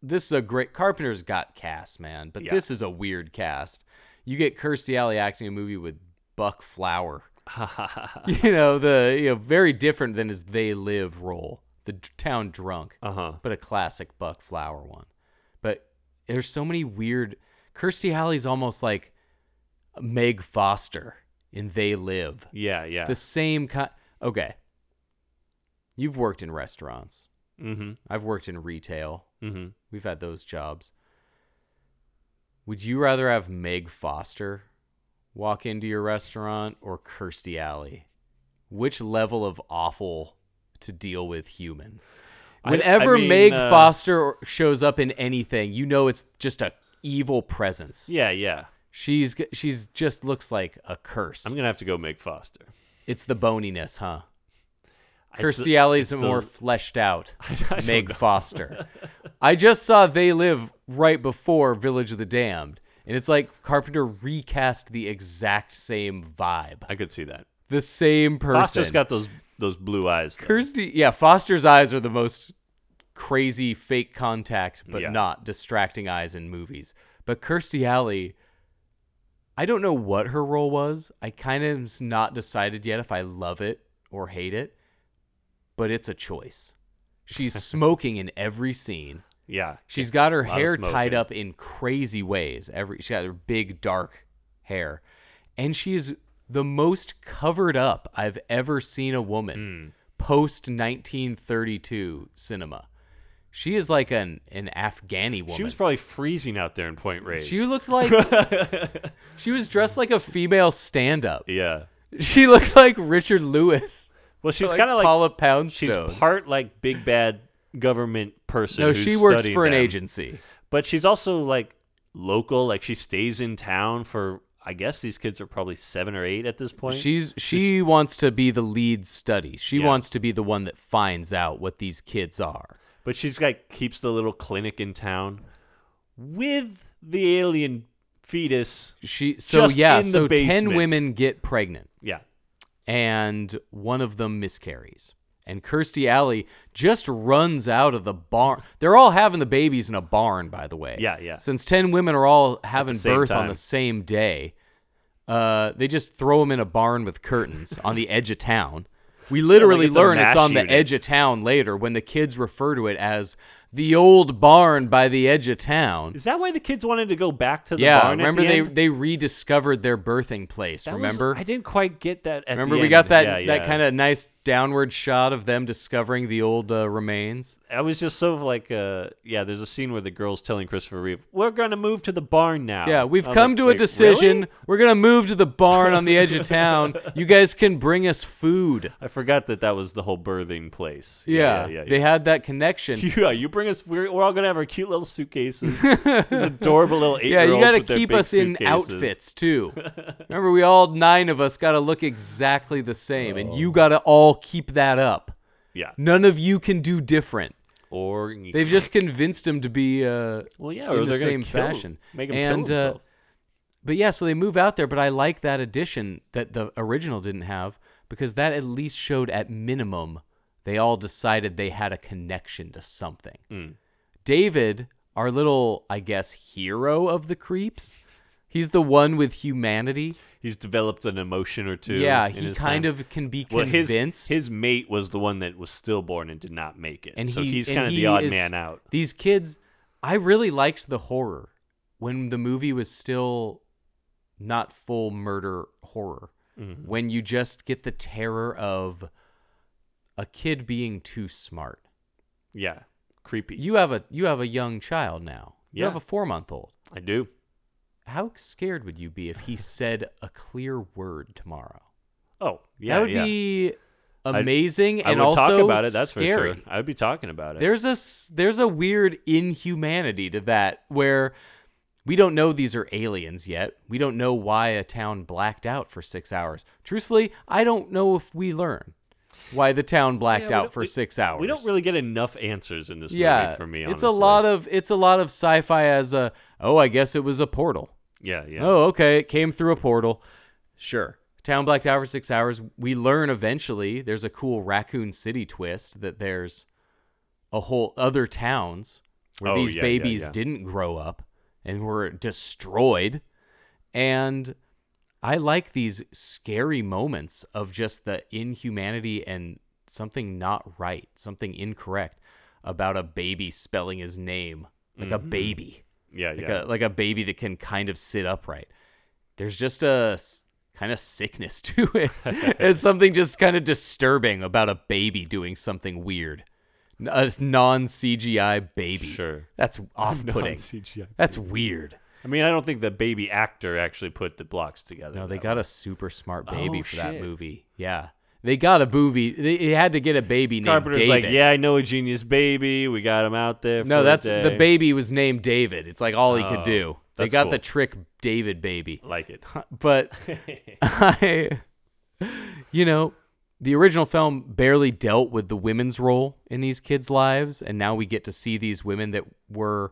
S2: This is a great. Carpenter's got cast, man, but
S1: Yeah.
S2: this is a weird cast. You get Kirstie Alley acting a movie with Buck Flower. you know the you know very different than his They Live role, the d- town drunk,
S1: Uh-huh.
S2: but a classic Buck Flower one. But there's so many weird. Kirstie Alley's almost like Meg Foster in They Live
S1: Yeah, yeah.
S2: the same kind. Okay. You've worked in restaurants.
S1: Mhm.
S2: I've worked in retail.
S1: Mhm.
S2: We've had those jobs. Would you rather have Meg Foster walk into your restaurant or Kirstie Alley? Which level of awful to deal with human?
S1: I- I
S2: Whenever
S1: mean,
S2: Meg
S1: uh,
S2: Foster shows up in anything, you know it's just a evil presence.
S1: Yeah, yeah.
S2: She's g- she's just looks like a curse.
S1: I'm going to have to go Meg Foster.
S2: It's the boniness, huh?
S1: It's
S2: Kirstie
S1: the-
S2: Alley's
S1: it's those-
S2: more fleshed out.
S1: don't
S2: Meg
S1: know.
S2: Foster. I just saw They Live right before Village of the Damned, and it's like Carpenter recast the exact same vibe.
S1: I could see that.
S2: The same person.
S1: Foster's got those those blue eyes. though.
S2: Kirstie. Yeah, Foster's eyes are the most crazy fake contact, but
S1: Yeah.
S2: not distracting eyes in movies. But Kirstie Alley, I don't know what her role was. I kind of s- not decided yet if I love it or hate it, but it's a choice. She's smoking in every scene.
S1: Yeah.
S2: She's got her
S1: A lot of
S2: hair tied
S1: smoking.
S2: up in crazy ways. Every she got her big dark hair, and she is the most covered up I've ever seen a woman
S1: Hmm.
S2: post 1932 cinema. She is like an an Afghani woman.
S1: She was probably freezing out there in Point Reyes.
S2: She looked like she was dressed like a female stand up.
S1: Yeah.
S2: She looked like Richard Lewis.
S1: Well, she's
S2: like
S1: kind of like
S2: Paula Poundstone.
S1: she's part like big bad government person
S2: no,
S1: who's
S2: she works
S1: studying
S2: for an
S1: them.
S2: agency.
S1: but she's also like local like she stays in town for i guess these kids are probably seven or eight at this point
S2: She's she wants to be the lead study. She
S1: Yeah.
S2: wants to be the one that finds out what these kids are.
S1: but she's like keeps the little clinic in town with the alien fetus
S2: She so
S1: Just
S2: yeah,
S1: in the
S2: so ten
S1: basement.
S2: women get pregnant
S1: yeah
S2: and one of them miscarries. and Kirstie Alley just runs out of the barn. They're all having the babies in a barn, by the way.
S1: Yeah, yeah.
S2: Since ten women are all having
S1: same
S2: birth on
S1: time.
S2: the same day, uh, they just throw them in a barn with curtains on the edge of town. We literally
S1: it's a
S2: learn it's
S1: mass
S2: on the
S1: shooting.
S2: edge of town later when the kids refer to it as the old barn by the edge of town.
S1: Is that why the kids wanted to go back to the
S2: yeah,
S1: barn? at
S2: remember
S1: the
S2: they
S1: end?
S2: they rediscovered their birthing place.
S1: That was-
S2: remember?
S1: I didn't quite get that. At
S2: Remember
S1: the
S2: we
S1: end.
S2: got that
S1: Yeah,
S2: that
S1: yeah.
S2: kind of nice downward shot of them discovering the old uh, remains.
S1: I was just so like, uh, yeah. There's a scene where the girl's telling Christopher Reeve, "We're gonna move to the barn now."
S2: Yeah,
S1: Oh.
S2: we've
S1: I was
S2: come
S1: like,
S2: to
S1: "Wait,
S2: a
S1: really?"
S2: decision. We're gonna move to the barn on the edge of town. You guys can bring us food.
S1: I forgot that that was the whole birthing place.
S2: Yeah,
S1: yeah, yeah.
S2: they had that connection.
S1: yeah. Yeah, you bring us. We're, we're all gonna have our cute little suitcases. These adorable little eight.
S2: yeah, you
S1: got
S2: gotta
S1: to
S2: keep us in outfits too. Remember, we all nine of us gotta look exactly the same, and you gotta all keep that up.
S1: Oh. Yeah,
S2: None of you can do different.
S1: or you
S2: They've just convinced him to be uh,
S1: Well, yeah,
S2: in
S1: or
S2: the
S1: they're gonna
S2: same
S1: kill-
S2: fashion.
S1: make him kill
S2: and, uh,
S1: himself.
S2: but yeah, so they move out there. But I like that addition that the original didn't have because that at least showed at minimum they all decided they had a connection to something.
S1: Hmm.
S2: David, our little, I guess, hero of the creeps. He's the one with humanity.
S1: he's developed an emotion or two.
S2: yeah,
S1: in
S2: he
S1: his
S2: kind
S1: time.
S2: of can be
S1: Well, his
S2: convinced.
S1: his mate was the one that was stillborn and did not make it,
S2: and
S1: so
S2: he-
S1: he's
S2: and
S1: kind of
S2: he
S1: the odd
S2: is-
S1: man out.
S2: These kids, I really liked the horror when the movie was still not full murder horror.
S1: Mm-hmm.
S2: When you just get the terror of a kid being too smart.
S1: Yeah, creepy.
S2: You have a you have a young child now. You have
S1: Yeah.
S2: a four month old.
S1: I do.
S2: How scared would you be if he said a clear word tomorrow?
S1: Oh, yeah,
S2: that would
S1: yeah.
S2: be
S1: I'd-
S2: amazing
S1: I
S2: and
S1: would
S2: also
S1: talk about it. That's
S2: scary.
S1: for sure. I would be talking about it.
S2: There's a s- there's a weird inhumanity to that where we don't know these are aliens yet. We don't know why a town blacked out for 6 hours. Truthfully, I don't know if we learn why the town blacked
S1: Yeah, we
S2: out
S1: don't-
S2: for
S1: we-
S2: 6 hours.
S1: We don't really get enough answers in this
S2: yeah,
S1: movie for me.
S2: It's a lot of it's a lot of sci-fi as a oh, I guess it was a portal.
S1: yeah, yeah.
S2: Oh, okay. It came through a portal. Sure. Town blacked out for six hours. We learn eventually there's a cool Raccoon City twist that there's a whole other towns where
S1: Oh,
S2: these
S1: yeah, yeah,
S2: babies
S1: yeah.
S2: didn't grow up and were destroyed. And I like these scary moments of just the inhumanity and something not right, something incorrect about a baby spelling his name like
S1: Mm-hmm.
S2: a baby
S1: yeah,
S2: like
S1: yeah.
S2: a like a baby that can kind of sit upright. There's just a s- kind of sickness to it. it's something just kind of disturbing about a baby doing something weird. N- A non CGI baby.
S1: Sure.
S2: That's off putting.
S1: CGI.
S2: That's weird.
S1: I mean, I don't think the baby actor actually put the blocks together.
S2: No, they
S1: that
S2: got
S1: way.
S2: a super smart baby
S1: Oh,
S2: for that
S1: shit.
S2: movie. Yeah. They got a movie. They, they had to get a baby named
S1: Carpenter's like,
S2: David.
S1: yeah, I know a genius baby. We got him out there.
S2: No,
S1: for
S2: that's
S1: a
S2: the
S1: day."
S2: baby was named David. It's like all he could
S1: Oh,
S2: do. They
S1: that's
S2: got
S1: cool.
S2: the trick David baby.
S1: Like it.
S2: but I, you know, the original film barely dealt with the women's role in these kids' lives, and now we get to see these women that were.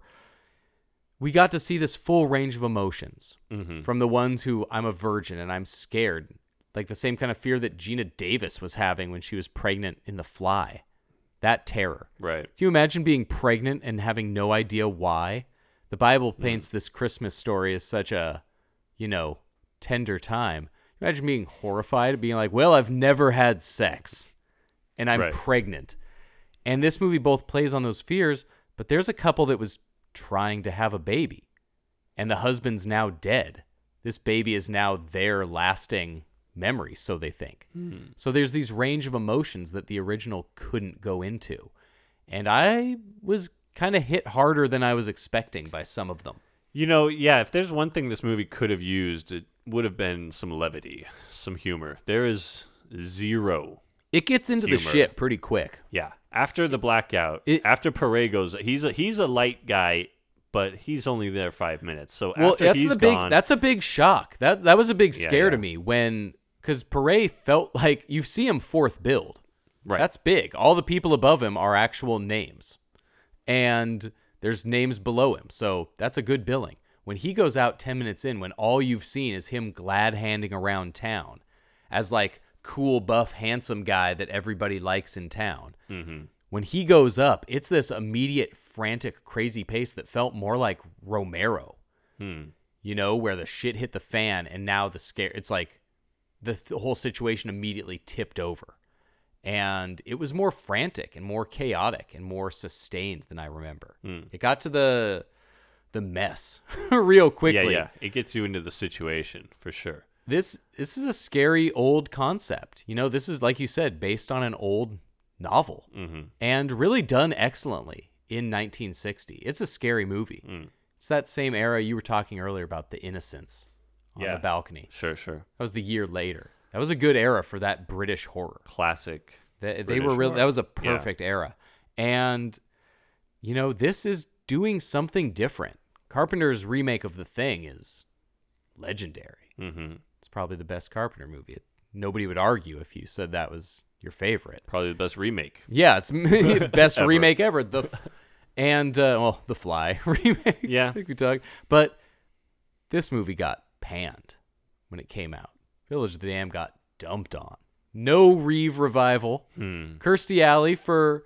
S2: We got to see this full range of emotions from the ones who I'm a virgin and I'm scared, like the same kind of fear that Gina Davis was having when she was pregnant in The Fly, that terror.
S1: Right.
S2: Can you imagine being pregnant and having no idea why? The Bible paints this Christmas story as such a, you know, tender time. Imagine being horrified at being like, well, I've never had sex and I'm
S1: Right.
S2: pregnant. And this movie both plays on those fears, but there's a couple that was trying to have a baby and the husband's now dead. This baby is now their lasting memory, so they think.
S1: Hmm.
S2: So there's these range of emotions that the original couldn't go into. And I was kind of hit harder than I was expecting by some of them.
S1: You know, yeah, if there's one thing this movie could have used, it would have been some levity, some humor. There is zero.
S2: It gets into the
S1: Humor.
S2: shit pretty quick.
S1: Yeah. After the blackout,
S2: It-
S1: after Parego's, he's a he's a light guy, but he's only there 5 minutes. So
S2: well,
S1: after
S2: that's
S1: he's
S2: the big
S1: gone,
S2: that's a big shock. That that was a big
S1: Yeah,
S2: scare to
S1: yeah.
S2: me when cuz Paray felt like you see him fourth build.
S1: right.
S2: That's big. All the people above him are actual names. And there's names below him. So that's a good billing. When he goes out 10 minutes in, when all you've seen is him glad handing around town as like cool, buff, handsome guy that everybody likes in town.
S1: Mm-hmm.
S2: When he goes up, it's this immediate, frantic, crazy pace that felt more like Romero. You know, where the shit hit the fan, and now the scare. It's like the th- whole situation immediately tipped over, and it was more frantic and more chaotic and more sustained than I remember.
S1: Hmm.
S2: It got to the the mess real
S1: yeah,
S2: quickly
S1: yeah. It gets you into the situation for sure.
S2: this this is a scary old concept. You know, this is like you said, based on an old novel,
S1: Mm-hmm.
S2: and really done excellently in 1960. It's a scary movie.
S1: Hmm.
S2: It's that same era you were talking earlier about the Innocents on
S1: Yeah.
S2: the balcony.
S1: Sure, sure.
S2: That was the year later. That was a good era for that British horror.
S1: Classic.
S2: They, they
S1: British
S2: were really
S1: horror.
S2: that was a
S1: Yeah.
S2: perfect era, and you know this is doing something different. Carpenter's remake of the thing is legendary.
S1: Mm-hmm.
S2: It's probably the best Carpenter movie. Nobody would argue if you said that was your favorite.
S1: Probably the best remake.
S2: Yeah, it's best
S1: Ever.
S2: remake ever. The and uh, well, The Fly remake.
S1: Yeah.
S2: I think we talked. But this movie got panned when it came out. Village of the Dam got dumped on. No Reeve revival.
S1: Hmm.
S2: Kirstie Alley for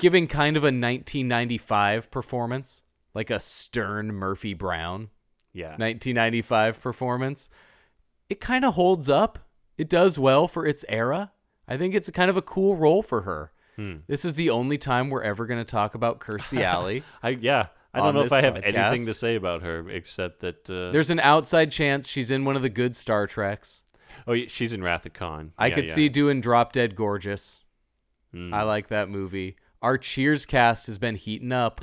S2: giving kind of a 1995 performance, like a stern Murphy Brown.
S1: Yeah.
S2: 1995 performance. It kind of holds up. It does well for its era. I think it's kind of a cool role for her.
S1: Hmm.
S2: This is the only time we're ever going to talk about Kirstie Alley.
S1: I yeah. I don't
S2: On
S1: know if
S2: this
S1: I have
S2: podcast.
S1: anything to say about her except that uh,
S2: There's an outside chance she's in one of the good Star Treks.
S1: oh yeah, she's in Wrath of Khan.
S2: I
S1: Yeah,
S2: could
S1: yeah. Hmm.
S2: see doing Drop Dead Gorgeous. I like that movie. Our Cheers cast has been heating up,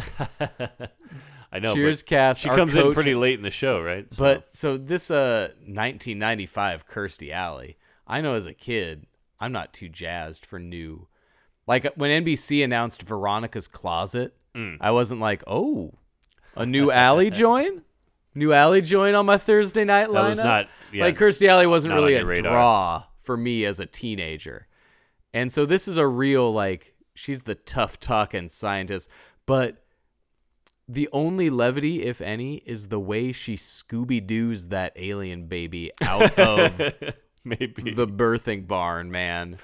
S1: I know. but
S2: Cheers cast,
S1: She
S2: our
S1: comes in
S2: coach-
S1: pretty late in the show, right? So-
S2: but so this uh 1995 Kirstie Alley, I know as a kid, I'm not too jazzed for new. Like when NBC announced Veronica's Closet,
S1: Mm.
S2: I wasn't like, oh, a new alley join, new alley join on my Thursday night lineup.
S1: That was not- yeah,
S2: like Kirstie Alley wasn't
S1: not on
S2: really
S1: your
S2: a
S1: radar.
S2: draw for me as a teenager, and so this is a real like she's the tough talking scientist, but the only levity, if any, is the way she Scooby Doo's that alien baby out of
S1: maybe
S2: the birthing barn, man.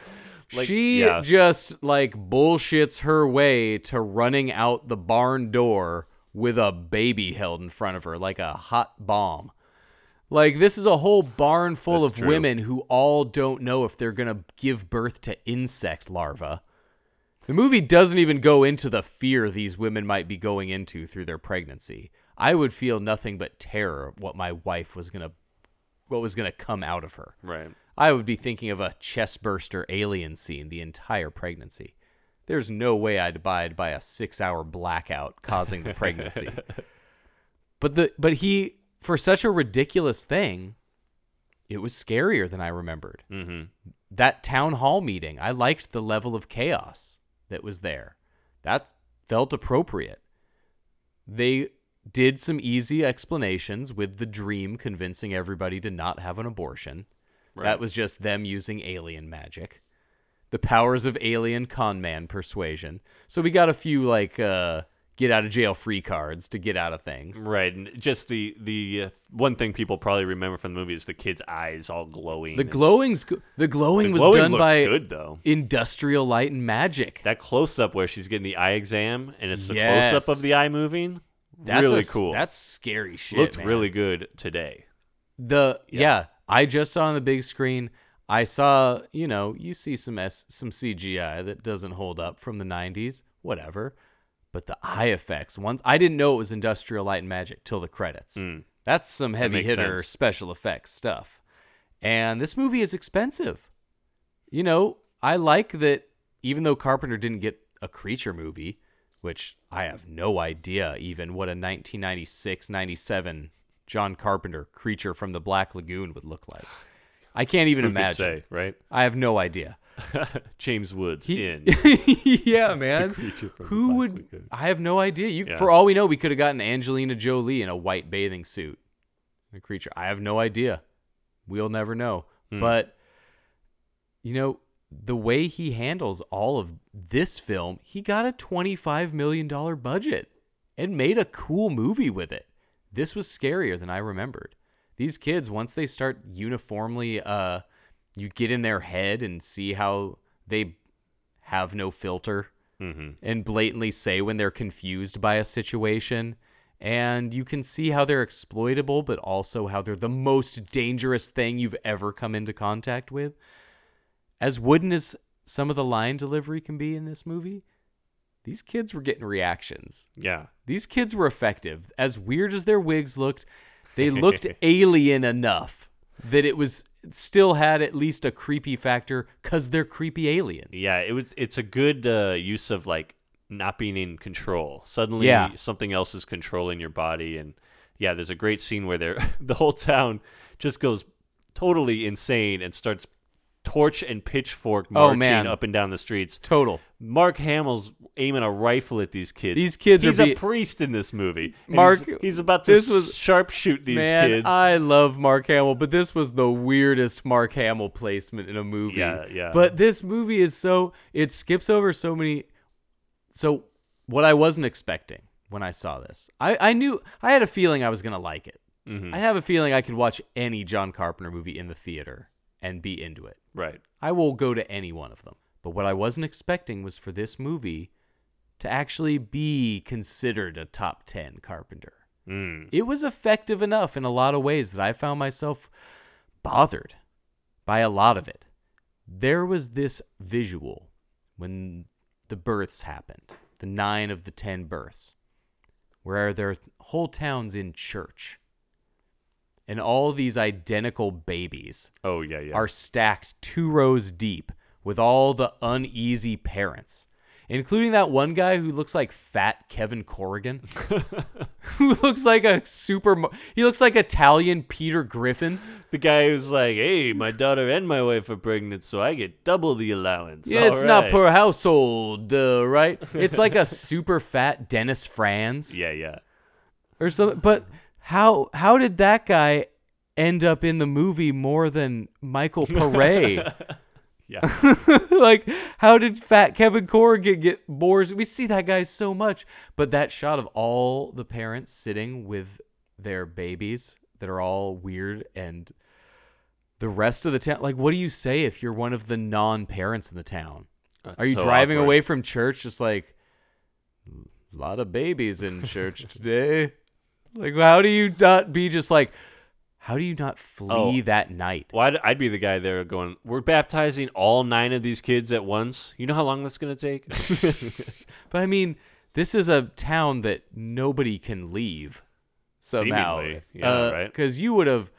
S1: Like,
S2: she
S1: yeah.
S2: just like bullshits her way to running out the barn door with a baby held in front of her like a hot bomb. Like this is a whole barn full
S1: That's
S2: of
S1: true.
S2: women who all don't know if they're going to give birth to insect larvae. The movie doesn't even go into the fear these women might be going into through their pregnancy. I would feel nothing but terror of what my wife was going to what was going to come out of her.
S1: right.
S2: I would be thinking of a chest burster alien scene the entire pregnancy. There's no way I'd abide by a six hour blackout causing the pregnancy. but the but he for such a ridiculous thing, it was scarier than I remembered. Mm-hmm. That town hall meeting, I liked the level of chaos that was there. That felt appropriate. They did some easy explanations with the dream convincing everybody to not have an abortion. That was just them using alien magic. The powers of alien con man persuasion. So we got a few like uh get out of jail free cards to get out of things.
S1: Right, and just the the uh, one thing people probably remember from the movie is the kid's eyes all glowing.
S2: The
S1: It's-
S2: glowing's go- the glowing
S1: The
S2: was
S1: glowing
S2: done
S1: looked
S2: by
S1: good, though.
S2: industrial light and magic.
S1: that close up where she's getting the eye exam, and it's the close
S2: Yes.
S1: up of the eye moving.
S2: That's a
S1: really
S2: s-
S1: cool.
S2: That's scary shit.
S1: looked
S2: man.
S1: really good today.
S2: The yeah. I just saw on the big screen. I saw, you know, you see some S, some CGI that doesn't hold up from the 90s, whatever. But the eye effects, once I didn't know it was Industrial Light and Magic till the credits. That's some heavy
S1: Hmm. makes
S2: hitter
S1: sense.
S2: special effects stuff. And this movie is expensive. You know, I like that even though Carpenter didn't get a creature movie, which I have no idea even what a 1996 97 John Carpenter creature from the Black Lagoon would look like. I can't even
S1: Who could
S2: imagine.
S1: say right?
S2: I have no idea.
S1: James Woods in
S2: yeah, man.
S1: creature from the
S2: Who
S1: Black
S2: would?
S1: Lagoon.
S2: I have no idea. You,
S1: Yeah.
S2: for all we know, we could have gotten Angelina Jolie in a white bathing suit. A creature. I have no idea. We'll never know. But you know the way he handles all of this film, he got a twenty-five million dollar budget and made a cool movie with it. This was scarier than I remembered. These kids, once they start uniformly uh, you get in their head and see how they have no filter and blatantly say when they're confused by a situation. And you can see how they're exploitable, but also how they're the most dangerous thing you've ever come into contact with. As wooden as some of the line delivery can be in this movie, these kids were getting reactions.
S1: Yeah.
S2: These kids were effective. As weird as their wigs looked, they looked alien enough that it was still had at least a creepy factor because they're creepy aliens.
S1: Yeah, it was. It's a good uh, use of like not being in control. Suddenly,
S2: Yeah.
S1: something else is controlling your body, and yeah, there's a great scene where they're the whole town just goes totally insane and starts torch and pitchfork
S2: Oh,
S1: marching
S2: man.
S1: up and down the streets.
S2: Total.
S1: Mark Hamill's aiming a rifle at these kids.
S2: These kids are
S1: He's
S2: be-
S1: a priest in this movie. and
S2: Mark,
S1: he's, he's about to
S2: this was-
S1: sharpshoot these
S2: Man,
S1: kids.
S2: I love Mark Hamill, but this was the weirdest Mark Hamill placement in a movie.
S1: Yeah, yeah.
S2: But this movie is so it skips over so many. So what I wasn't expecting when I saw this, I I knew I had a feeling I was gonna like it.
S1: Mm-hmm.
S2: I have a feeling I could watch any John Carpenter movie in the theater and be into it.
S1: right.
S2: I will go to any one of them. But what I wasn't expecting was for this movie to actually be considered a top 10 Carpenter.
S1: Mm.
S2: It was effective enough in a lot of ways that I found myself bothered by a lot of it. There was this visual when the births happened, the nine of the 10 births, where their whole town's in church. And all these identical babies
S1: Oh yeah, yeah.
S2: are stacked two rows deep with all the uneasy parents, including that one guy who looks like fat Kevin Corrigan, who looks like a super. He looks like Italian Peter Griffin.
S1: the guy who's like, "Hey, my daughter and my wife are pregnant, so I get double the allowance."
S2: Yeah, it's
S1: All
S2: not
S1: right."
S2: per household, uh, right? It's like a super fat Dennis Franz
S1: Yeah, yeah.
S2: or something. But how how did that guy end up in the movie more than Michael Pare?
S1: Yeah.
S2: like, how did fat Kevin Corrigan get more? We see that guy so much, but that shot of all the parents sitting with their babies that are all weird and the rest of the town. Like, what do you say if you're one of the non-parents in the town? are you
S1: so
S2: driving
S1: awkward.
S2: away from church just like a lot of babies in church today? Like, how do you not be just like? How do you not flee
S1: Oh.
S2: that night?
S1: Well, I'd, I'd be the guy there going, "We're baptizing all nine of these kids at once." You know how long that's gonna take?
S2: But I mean, this is a town that nobody can leave somehow.
S1: Seemingly, yeah, right.
S2: Because you would have,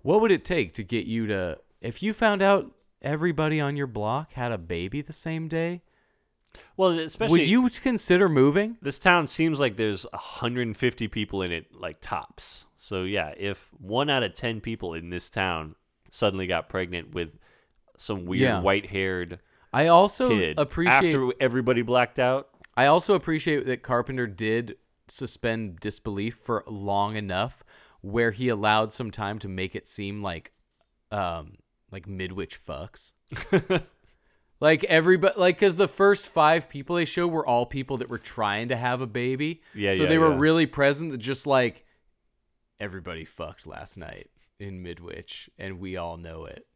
S2: what would it take to get you to, if you found out everybody on your block had a baby the same day,
S1: well, especially
S2: would you consider moving?
S1: This town seems like there's 150 people in it, like tops. So yeah, if one out of ten people in this town suddenly got pregnant with some weird
S2: Yeah.
S1: white-haired
S2: I also
S1: kid
S2: appreciate.
S1: after everybody blacked out,
S2: I also appreciate that Carpenter did suspend disbelief for long enough where he allowed some time to make it seem like um like midwich fucks. like everybody like cuz the first 5 people they show were all people that were trying to have a baby.
S1: Yeah,
S2: So
S1: yeah,
S2: they were
S1: yeah.
S2: really present that just like everybody fucked last night in midwich and we all know it.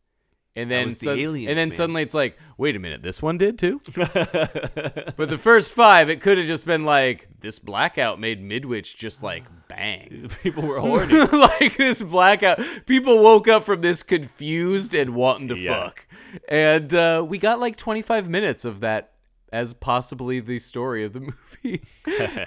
S2: And then
S1: was the
S2: sud-
S1: aliens,
S2: and then
S1: man.
S2: suddenly it's like, wait a minute, this one did too? But the first five, it could have just been like this blackout made Midwich just like bang.
S1: people were horny.
S2: like this blackout, people woke up from this confused and wanting to
S1: Yeah.
S2: fuck, and uh, we got like 25 minutes of that as possibly the story of the movie.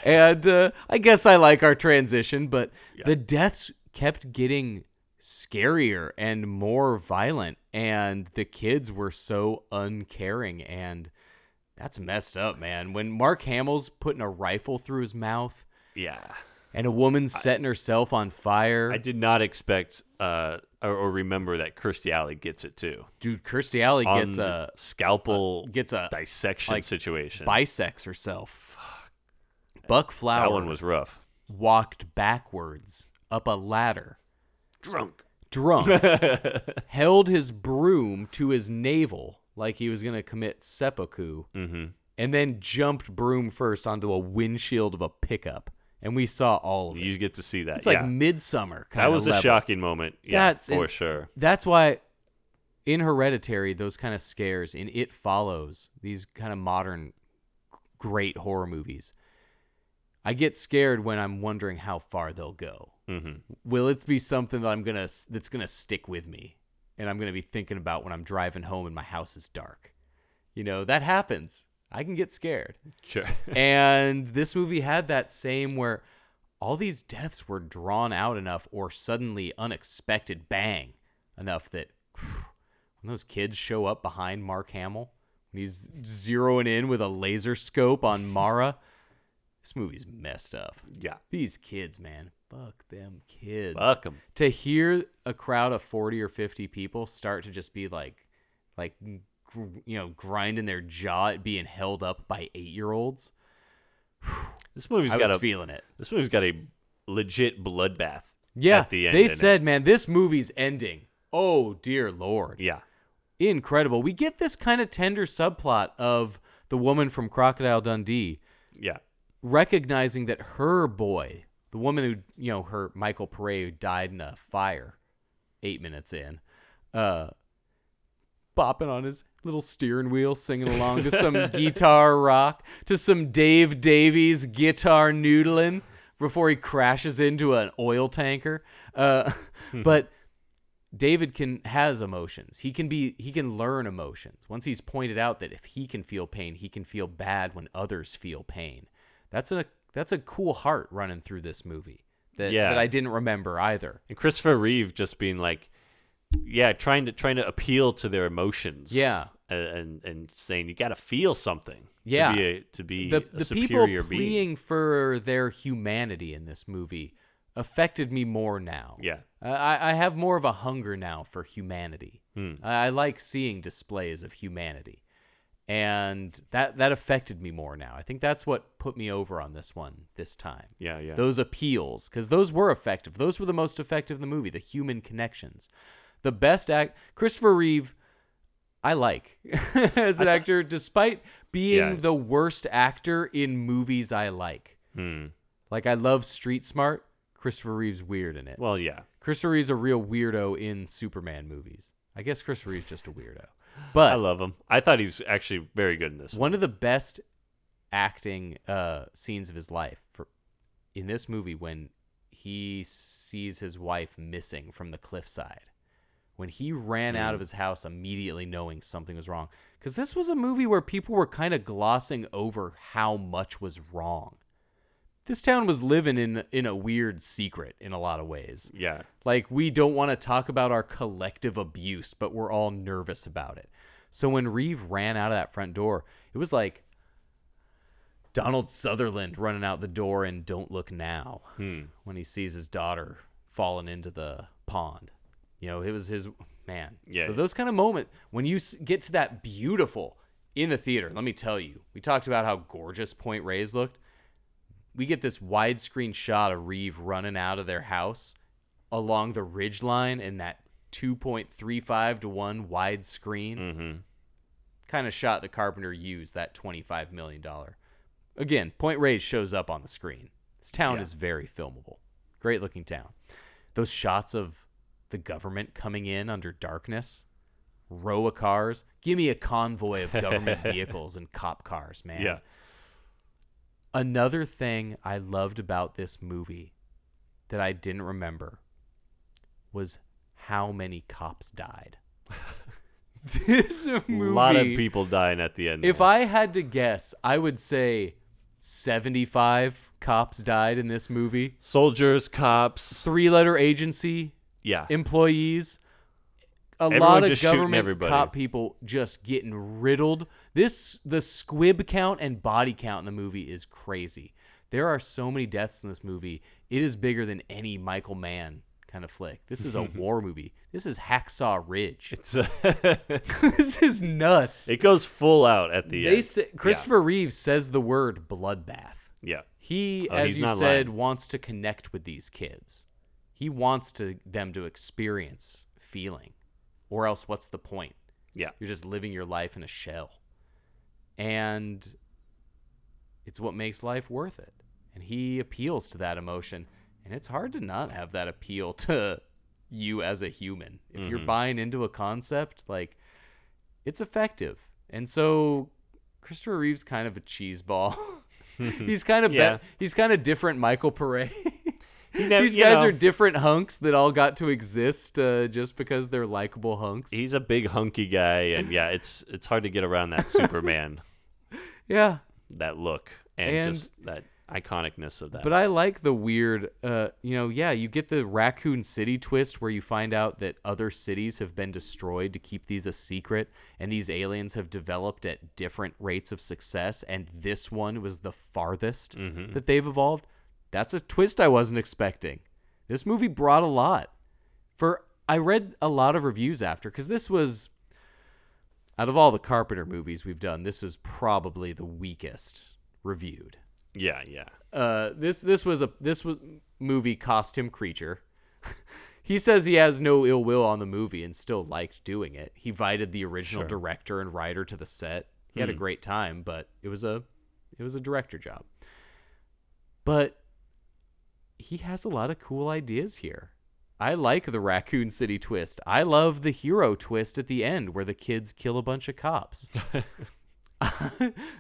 S2: and uh, I guess I like our transition, but the deaths kept getting scarier and more violent, and the kids were so uncaring and. That's messed up, man. When Mark Hamill's putting a rifle through his mouth
S1: yeah.
S2: and a woman setting herself on fire,
S1: I did not expect uh, or, or remember that Kirstie Alley gets it too.
S2: dude, Kirstie Alley
S1: On
S2: gets
S1: the
S2: a uh,
S1: scalpel,
S2: gets a,
S1: dissection
S2: like,
S1: situation.
S2: bisects herself. Buck Flower
S1: that one was rough.
S2: walked backwards up a ladder,
S1: Drunk.
S2: drunk, held his broom to his navel like he was gonna commit seppuku,
S1: Mm-hmm.
S2: and then jumped broom first onto a windshield of a pickup. And we saw all of it.
S1: You get to see that.
S2: It's like
S1: yeah.
S2: midsummer. Kind
S1: that was a shocking moment. Yeah,
S2: That's
S1: for
S2: in-
S1: sure.
S2: That's why in Hereditary, those kind of scares, in It Follows, these kind of modern great horror movies, I get scared when I'm wondering how far they'll go.
S1: Mhm.
S2: Will it be something that I'm gonna that's gonna stick with me, and I'm gonna be thinking about when I'm driving home and my house is dark? You know that happens. I can get scared
S1: Sure.
S2: and this movie had that same where all these deaths were drawn out enough or suddenly unexpected bang enough that phew, when those kids show up behind Mark Hamill when he's zeroing in with a laser scope on Mara this movie's messed up
S1: Yeah.
S2: these kids man fuck them kids
S1: Fuck 'em.
S2: to hear a crowd of 40 or 50 people start to just be like like gr- you know grinding their jaw at being held up by 8-year-olds
S1: This movie's
S2: I
S1: got
S2: was
S1: a
S2: feeling it.
S1: this movie's got a legit bloodbath.
S2: Yeah,
S1: At the end,
S2: they
S1: in it.
S2: said, man, this movie's ending. Oh dear lord,
S1: Yeah.
S2: incredible. We get this kind of tender subplot of the woman from Crocodile Dundee
S1: Yeah.
S2: recognizing that her boy, the woman who you know her Michael Pere who died in a fire, eight minutes in, uh, bopping on his little steering wheel, singing along to some guitar rock, to some Dave Davies guitar noodling before he crashes into an oil tanker. Uh, but David can has emotions. He can be he can learn emotions. Once he's pointed out that if he can feel pain, he can feel bad when others feel pain. That's a that's a cool heart running through this movie that,
S1: Yeah.
S2: that I didn't remember either.
S1: And Christopher Reeve just being like, yeah, trying to trying to appeal to their emotions.
S2: Yeah.
S1: A- And and saying you got to feel something.
S2: Yeah.
S1: To be a, to be
S2: The,
S1: a
S2: the people
S1: superior being.
S2: pleading for their humanity in this movie affected me more now.
S1: Yeah.
S2: I- I, I have more of a hunger now for humanity.
S1: Hmm.
S2: I, I like seeing displays of humanity. And that, that affected me more now. I think that's what put me over on this one this time.
S1: Yeah. Yeah.
S2: Those appeals, because those were effective. Those were the most effective in the movie, the human connections. The best act, Christopher Reeve, I like as an actor, despite being
S1: Yeah.
S2: the worst actor in movies I like.
S1: Hmm.
S2: Like, I love Street Smart. Christopher Reeve's weird in it.
S1: Well, yeah.
S2: Christopher Reeve's a real weirdo in Superman movies. I guess Christopher Reeve's just a weirdo. But
S1: I love him. I thought he's actually very good in this.
S2: one of the best acting uh, scenes of his life for, in this movie when he sees his wife missing from the cliffside. When he ran out of his house immediately knowing something was wrong. Because this was a movie where people were kind of glossing over how much was wrong. This town was living in, in a weird secret in a lot of ways.
S1: Yeah.
S2: Like, we don't want to talk about our collective abuse, but we're all nervous about it. So when Reeve ran out of that front door, it was like Donald Sutherland running out the door and Don't Look Now
S1: Hmm.
S2: when he sees his daughter falling into the pond. You know, it was his man.
S1: Yeah.
S2: So those kind of moments, when you s- get to that beautiful in the theater, let me tell you, we talked about how gorgeous Point Reyes looked. We get this widescreen shot of Reeve running out of their house along the ridge line in that 2.35 to 1 wide screen
S1: Mm-hmm.
S2: kind of shot the carpenter used that 25 million dollar again point reyes shows up on the screen this town
S1: Yeah.
S2: is very filmable great looking town those shots of the government coming in under darkness row of cars give me a convoy of government vehicles and cop cars man
S1: Yeah.
S2: another thing I loved about this movie that I didn't remember was how many cops died. this
S1: A
S2: movie.
S1: lot of people dying at the end.
S2: If
S1: there.
S2: I had to guess, I would say 75 cops died in this movie.
S1: soldiers, cops,
S2: Three letter agency
S1: yeah,
S2: employees. A
S1: Everyone
S2: lot of
S1: just shooting
S2: government
S1: everybody.
S2: cop people just getting riddled. This the squib count and body count in the movie is crazy. There are so many deaths in this movie. It is bigger than any Michael Mann kind of flick. This is a war movie. This is Hacksaw Ridge.
S1: It's a-
S2: this is nuts.
S1: it goes full out at the
S2: they
S1: end.
S2: say,
S1: Yeah.
S2: Christopher Reeves says the word bloodbath.
S1: Yeah.
S2: He,
S1: Oh,
S2: as
S1: he's
S2: you
S1: not
S2: said,
S1: lying.
S2: wants to connect with these kids. He wants to them to experience feeling, or else what's the point?
S1: Yeah.
S2: You're just living your life in a shell, and it's what makes life worth it. And he appeals to that emotion, and it's hard to not have that appeal to you as a human. If you're
S1: Mm-hmm.
S2: buying into a concept, like it's effective. And so Christopher Reeve's kind of a cheeseball. he's kind of be-
S1: Yeah.
S2: he's kind of different Michael Pare.
S1: He nev-
S2: These
S1: you
S2: guys
S1: know,
S2: are different hunks that all got to exist uh, just because they're likable hunks.
S1: He's a big hunky guy, and yeah, it's it's hard to get around that Superman,
S2: yeah,
S1: that look, and,
S2: And-
S1: just that iconicness of that.
S2: But I like the weird, uh, you know, yeah, you get the Raccoon City twist where you find out that other cities have been destroyed to keep these a secret, and these aliens have developed at different rates of success, and this one was the farthest that they've evolved. That's a twist I wasn't expecting. This movie brought a lot. For I read a lot of reviews after because this was out of all the Carpenter movies we've done, this is probably the weakest reviewed
S1: yeah, yeah,
S2: uh, this this was a this was movie cost him creature. he says he has no ill will on the movie and still liked doing it. He invited the original director and writer to the set. He had a great time, but it was a it was a director job. But he has a lot of cool ideas here. I like the Raccoon City twist. I love the hero twist at the end where the kids kill a bunch of cops.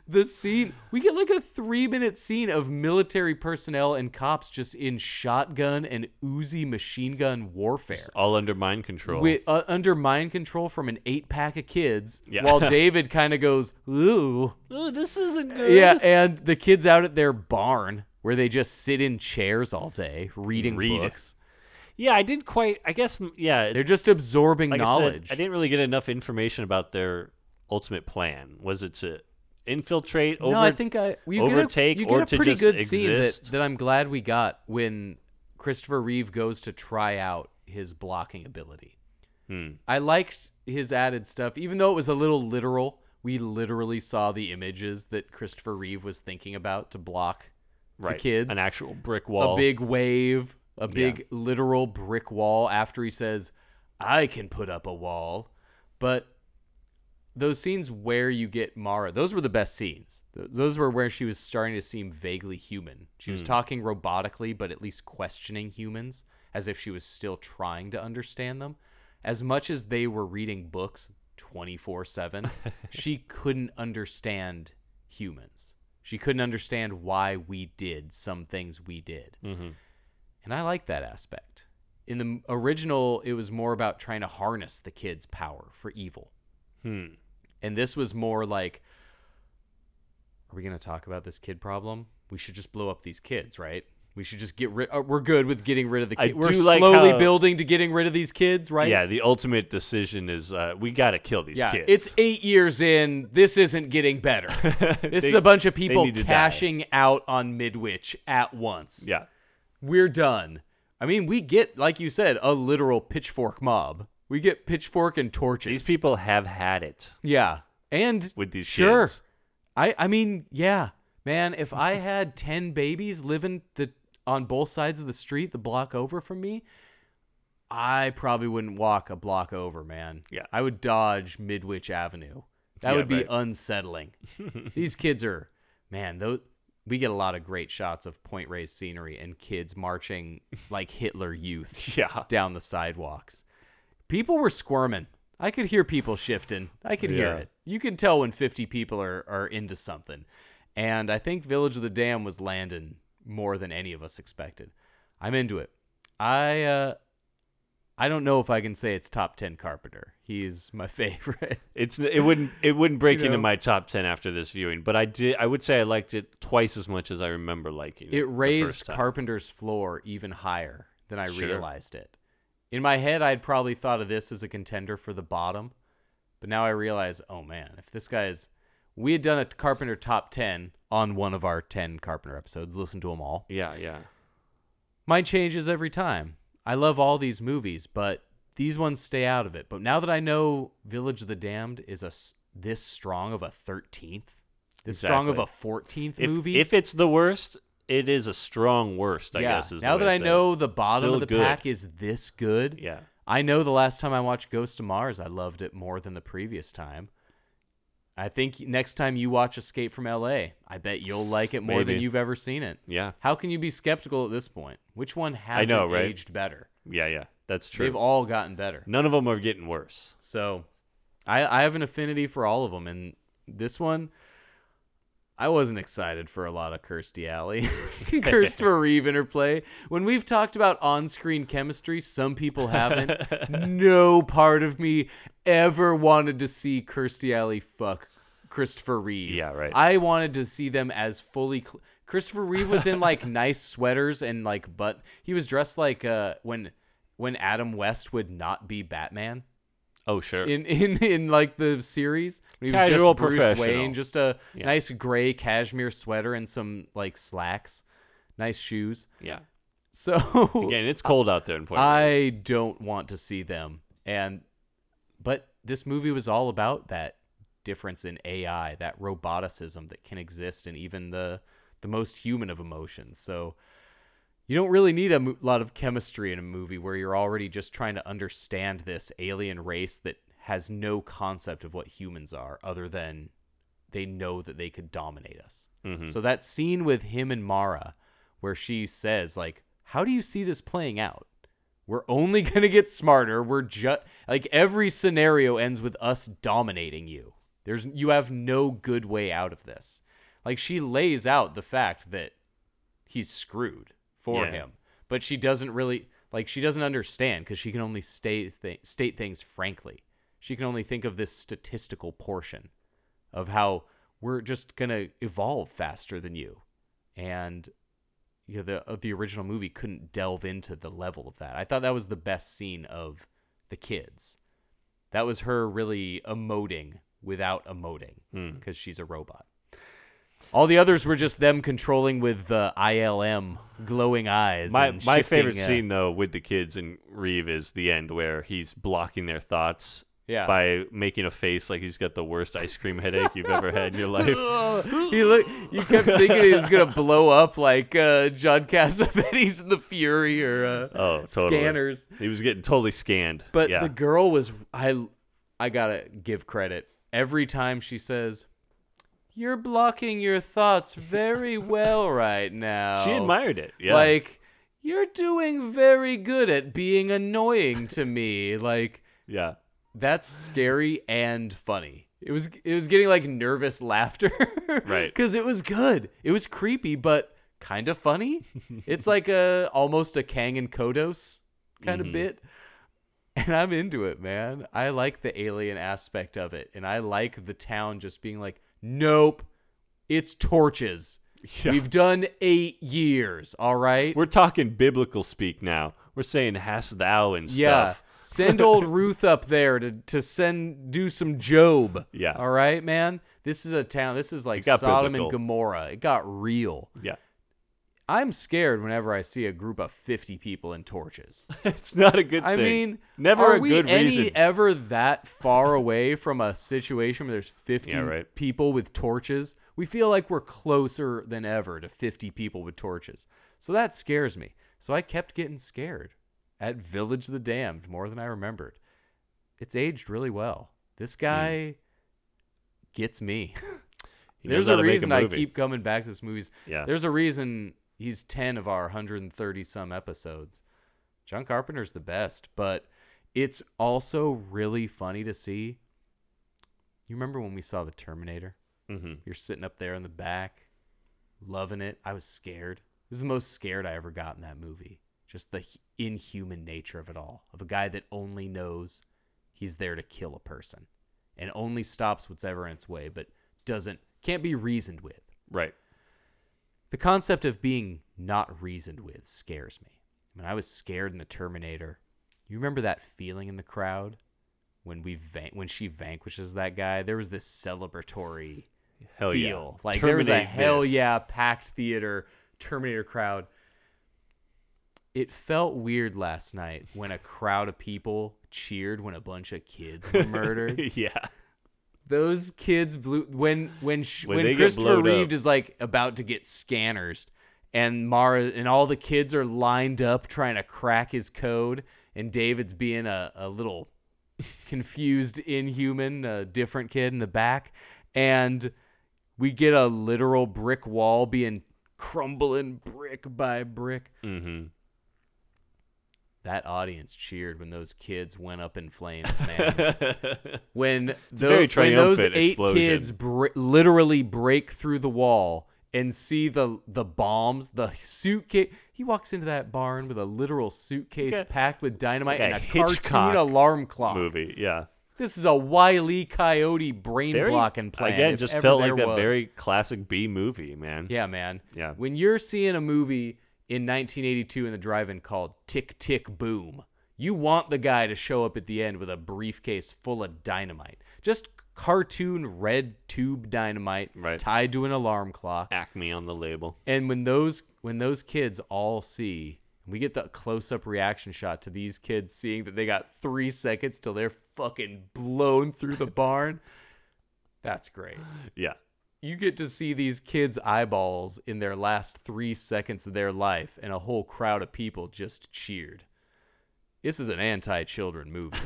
S2: the scene we get like a three minute scene of military personnel and cops just in shotgun and Uzi machine gun warfare
S1: all under mind control.
S2: with, uh, under mind control from an eight pack of kids
S1: Yeah.
S2: while david kind of goes ooh
S1: oh, this isn't good.
S2: yeah and the kids out at their barn where they just sit in chairs all day reading
S1: Read.
S2: books
S1: yeah, I didn't quite. I guess, m- yeah,
S2: they're just absorbing
S1: like I said,
S2: knowledge
S1: I, didn't really get enough information about their ultimate plan. Was it to infiltrate? over,
S2: no, I think I well, you
S1: overtake,
S2: get a, you
S1: or
S2: get a
S1: to
S2: pretty
S1: just
S2: good
S1: exist?
S2: scene that, that I'm glad we got when Christopher Reeve goes to try out his blocking ability.
S1: Hmm.
S2: I liked his added stuff, even though it was a little literal. We literally saw the images that Christopher Reeve was thinking about to block
S1: right,
S2: kids,
S1: an actual brick wall.
S2: a big wave, a big literal brick wall after he says, I can put up a wall. But those scenes where you get Mara, those were the best scenes. Th- Those were where she was starting to seem vaguely human. She was talking robotically, but at least questioning humans as if she was still trying to understand them. As much as they were reading books 24 7, she couldn't understand humans. She couldn't understand why we did some things we did. And I like that aspect. In the m- original, it was more about trying to harness the kids' power for evil.
S1: Hmm.
S2: And this was more like, are we going to talk about this kid problem? We should just blow up these kids, right? We should just get rid. uh, We're good with getting rid of the
S1: I
S2: kids. We're
S1: do like
S2: slowly
S1: how-
S2: building to getting rid of these kids, right?
S1: Yeah, the ultimate decision is uh, we got to kill these
S2: yeah.
S1: kids.
S2: It's eight years in. This isn't getting better. This is
S1: They-
S2: a bunch of
S1: they
S2: people
S1: need to die.
S2: cashing out on Midwich at once.
S1: yeah.
S2: we're done. I mean, we get, like you said, a literal pitchfork mob. We get pitchfork and torches.
S1: These people have had it
S2: yeah, and
S1: with these
S2: sure.
S1: kids.
S2: I, I mean, yeah, man. If I had ten babies living the on both sides of the street, the block over from me, I probably wouldn't walk a block over, man.
S1: Yeah.
S2: I would dodge Midwich Avenue. That
S1: Yeah,
S2: would be
S1: right.
S2: unsettling. These kids are, man. Those we get a lot of great shots of Point Reyes scenery and kids marching like Hitler Youth
S1: Yeah.
S2: down the sidewalks. People were squirming. I could hear people shifting. I could hear
S1: Yeah.
S2: it. You can tell when 50 people are, are into something. And I think Village of the Dam was landing more than any of us expected. I'm into it. I uh, I don't know if I can say it's top 10 Carpenter. He's my favorite.
S1: It's it wouldn't it wouldn't break
S2: You
S1: into
S2: know?
S1: my top ten after this viewing, but I did I would say I liked it twice as much as I remember liking it.
S2: It
S1: the first
S2: raised
S1: time.
S2: Carpenter's floor even higher than I
S1: Sure.
S2: realized it. In my head, I'd probably thought of this as a contender for the bottom, but now I realize, oh man, if this guy's, we had done a Carpenter top ten on one of our ten Carpenter episodes. Listen to them all.
S1: Yeah, yeah.
S2: Mine changes every time. I love all these movies, but these ones stay out of it. But now that I know Village of the Damned is a s- this strong of a thirteenth, this strong of a
S1: Exactly.
S2: fourteenth
S1: If,
S2: movie.
S1: if it's the worst, it is a strong worst, I guess is the
S2: now
S1: way
S2: that
S1: to
S2: I
S1: say it.
S2: know the bottom
S1: Still
S2: of the
S1: good.
S2: pack is this good,
S1: Yeah.
S2: I know the last time I watched Ghost of Mars, I loved it more than the previous time. I think next time you watch Escape from LA, I bet you'll like it more than
S1: Maybe.
S2: you've ever seen it.
S1: Yeah.
S2: How can you be skeptical at this point? Which one
S1: I
S2: hasn't
S1: know, right?
S2: aged better?
S1: Yeah, yeah. That's true.
S2: They've all gotten better.
S1: None of them are getting worse.
S2: So I, I have an affinity for all of them. And this one, I wasn't excited for a lot of Kirstie Alley, Christopher Reeve interplay. When we've talked about on screen chemistry, some people haven't. no part of me ever wanted to see Kirstie Alley fuck Christopher Reeve.
S1: Yeah, right.
S2: I wanted to see them as fully. Cl- Christopher Reeve was in like nice sweaters and like, but he was dressed like uh, when when Adam West would not be Batman
S1: Oh sure.
S2: in in in like the series. He was
S1: Casual
S2: just Bruce
S1: professional.
S2: Wayne, just a
S1: Yeah.
S2: nice gray cashmere sweater and some like slacks, nice shoes.
S1: yeah.
S2: So
S1: Again, it's cold out there in Puerto Rico.
S2: I don't want to see them. And but this movie was all about that difference in AI, that roboticism that can exist in even the the most human of emotions. So you don't really need a mo- lot of chemistry in a movie where you're already just trying to understand this alien race that has no concept of what humans are other than they know that they could dominate us. So that scene with him and Mara where she says like how do you see this playing out? We're only going to get smarter. We're just like every scenario ends with us dominating you. There's you have no good way out of this. Like she lays out the fact that he's screwed for
S1: Yeah.
S2: him, but she doesn't really like she doesn't understand because she can only state th- state things frankly. She can only think of this statistical portion of how we're just gonna evolve faster than you, and you know, the uh, the original movie couldn't delve into the level of that. I thought that was the best scene of the kids. That was her really emoting without emoting
S1: Hmm.
S2: because she's a robot. All the others were just them controlling with the ILM glowing eyes.
S1: My
S2: and
S1: my
S2: shifting,
S1: favorite
S2: uh,
S1: scene though with the kids and Reeve is the end where he's blocking their thoughts
S2: Yeah.
S1: by making a face like he's got the worst ice cream headache you've ever had in your life. Oh,
S2: He look. You kept thinking he was gonna blow up like uh, John Cassavetes in the Fury or uh,
S1: Oh, totally.
S2: Scanners.
S1: He was getting totally scanned.
S2: But
S1: yeah.
S2: the girl was I I gotta give credit. Every time she says, You're blocking your thoughts very well right now.
S1: she admired it. Oh. Yeah.
S2: Like, you're doing very good at being annoying to me. Like,
S1: yeah.
S2: that's scary and funny. It was it was getting like nervous laughter.
S1: Right.
S2: Cuz it was good. It was creepy but kind of funny. it's like a almost a Kang and Kodos kind
S1: Mm-hmm.
S2: of bit. And I'm into it, man. I like the alien aspect of it and I like the town just being like, "Nope. It's torches.
S1: Yeah.
S2: We've done 8 years, all right?
S1: We're talking biblical speak now. We're saying hast thou and stuff.
S2: send old Ruth up there to to send do some Job.
S1: Yeah.
S2: all right, man. This is a town. This is like
S1: got
S2: Sodom
S1: biblical.
S2: and Gomorrah. It got real.
S1: Yeah.
S2: I'm scared whenever I see a group of 50 people in torches.
S1: It's not a good
S2: I
S1: thing.
S2: mean,
S1: never
S2: are
S1: a
S2: we
S1: good
S2: any e-,
S1: reason.
S2: ever that far away from a situation where there's 50
S1: Yeah, right.
S2: people with torches? We feel like we're closer than ever to 50 people with torches. So that scares me. So I kept getting scared at Village of the Damned more than I remembered. It's aged really well.
S1: Hmm.
S2: This guy gets me.
S1: He knows
S2: There's
S1: how to
S2: a
S1: make
S2: reason I
S1: movie.
S2: keep coming back to this movie's.
S1: Yeah.
S2: There's a reason he's 10 of our 130 some episodes. John Carpenter's the best, but it's also really funny to see. You remember when we saw The Terminator?
S1: Mhm.
S2: You're sitting up there in the back, loving it. I was scared. It was the most scared I ever got in that movie. Just the hu- inhuman nature of it all, of a guy that only knows he's there to kill a person and only stops what's ever in its way, but doesn't, can't be reasoned with.
S1: Right.
S2: The concept of being not reasoned with scares me. When I was scared in the Terminator, you remember that feeling in the crowd when we van- when she vanquishes that guy? There was this celebratory
S1: Hell
S2: feel.
S1: Oh, yeah.
S2: Like there was a
S1: Terminate
S2: hell
S1: this.
S2: yeah packed theater Terminator crowd. It felt weird last night when a crowd of people cheered when a bunch of kids were murdered
S1: yeah.
S2: those kids blew when when sh-
S1: When
S2: when,
S1: they get
S2: Christopher
S1: blowed up.
S2: Reeve is like about to get scanners and Mara and all the kids are lined up trying to crack his code and David's being a, a little confused inhuman a different kid in the back and we get a literal brick wall being crumbling brick by brick
S1: Mm-hmm.
S2: That audience cheered when those kids went up in flames, man. when, tho-
S1: very
S2: when those
S1: triumphant
S2: eight
S1: explosion.
S2: kids br- literally break through the wall and see the the bombs, the suitcase. He walks into that barn with a literal suitcase
S1: Like a-
S2: packed with dynamite
S1: like a
S2: and a
S1: Hitchcock
S2: cartoon alarm clock.
S1: movie. Yeah.
S2: This is a wily coyote brain
S1: Very,
S2: blocking plan.
S1: again,
S2: if
S1: just
S2: ever
S1: felt
S2: there
S1: like that
S2: was.
S1: very classic B movie, man.
S2: Yeah, man.
S1: Yeah.
S2: When you're seeing a movie in 1982 in the drive-in called Tick Tick Boom, you want the guy to show up at the end with a briefcase full of dynamite. Just cartoon red tube dynamite
S1: Right.
S2: tied to an alarm clock.
S1: Acme on the label.
S2: And when those when those kids all see, we get the close-up reaction shot to these kids seeing that they got 3 seconds till they're fucking blown through the barn. That's great
S1: Yeah.
S2: you get to see these kids' eyeballs in their last three seconds of their life, and a whole crowd of people just cheered. This is an anti-children movie.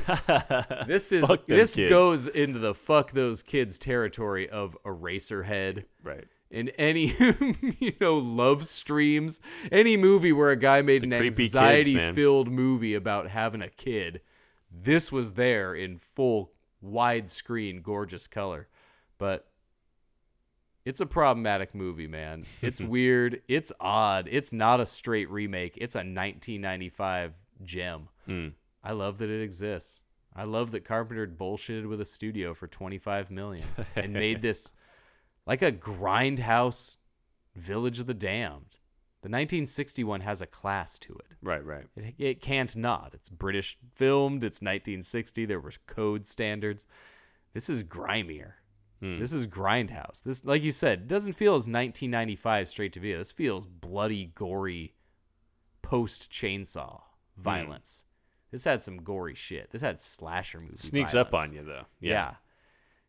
S2: this is
S1: Fuck them
S2: this
S1: kids.
S2: goes into the fuck those kids territory of Eraserhead
S1: Right.
S2: in any you know love streams, any movie where a guy made
S1: The
S2: an
S1: creepy kids,
S2: anxiety-filled movie about having a kid. This was there in full widescreen, gorgeous color, but it's a problematic movie, man. It's weird. It's odd. It's not a straight remake. It's a 1995 gem.
S1: Hmm.
S2: I love that it exists. I love that Carpenter bullshitted with a studio for 25 million and made this like a grindhouse Village of the Damned. The 1961 has a class to it.
S1: Right. Right.
S2: It, it can't not. It's British filmed. It's 1960. There were code standards. This is grimier.
S1: Hmm.
S2: This is grindhouse. This, like you said, doesn't feel as 1995 straight to video. This feels bloody, gory, post chainsaw
S1: Hmm.
S2: violence. This had some gory shit. This had slasher movie.
S1: Sneaks up on
S2: violence.
S1: you though.
S2: Yeah.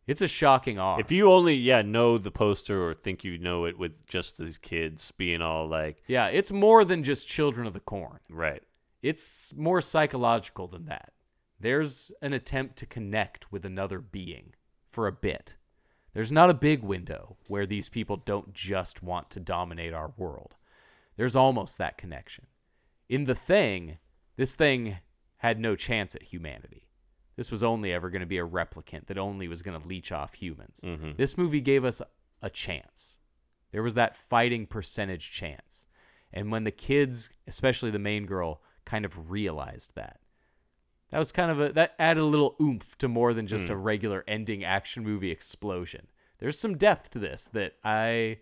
S2: it's a shocking R.
S1: If you only yeah know the poster or think you know it with just these kids being all like
S2: yeah, it's more than just Children of the Corn.
S1: right
S2: it's more psychological than that. There's an attempt to connect with another being for a bit. There's not a big window where these people don't just want to dominate our world. There's almost that connection. In The Thing, this thing had no chance at humanity. This was only ever going to be a replicant that only was going to leech off humans. This movie gave us a chance. There was that fighting percentage chance. And when the kids, especially the main girl, kind of realized that, that was kind of a, that added a little oomph to more than just a regular ending action movie explosion. There's some depth to this that I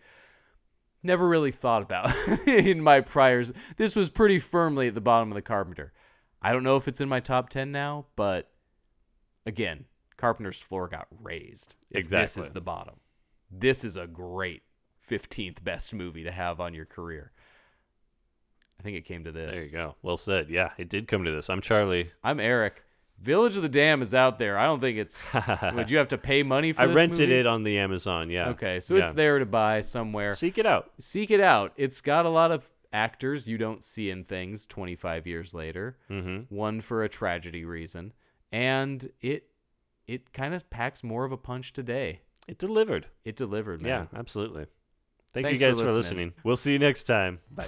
S2: never really thought about in my priors. This was pretty firmly at the bottom of the Carpenter. I don't know if it's in my top 10 now, but again, Carpenter's floor got raised. if This
S1: Exactly.
S2: is the bottom. This is a great 15th best movie to have on your career. I think it came to this.
S1: there you go well said yeah it did come to this I'm Charlie
S2: I'm Eric. Village of the Dam is out there. I don't think it's. would you have to pay money for
S1: I
S2: this
S1: rented
S2: movie?
S1: it on the Amazon yeah
S2: Okay, so
S1: Yeah.
S2: it's there to buy somewhere.
S1: seek it out
S2: Seek it out. It's got a lot of actors you don't see in things 25 years later. Mm-hmm. One for a tragedy reason, and it it kind of packs more of a punch today.
S1: it delivered
S2: It delivered, man.
S1: yeah absolutely thank
S2: Thanks
S1: you
S2: for
S1: guys for
S2: listening.
S1: listening we'll see you next time.
S2: Bye.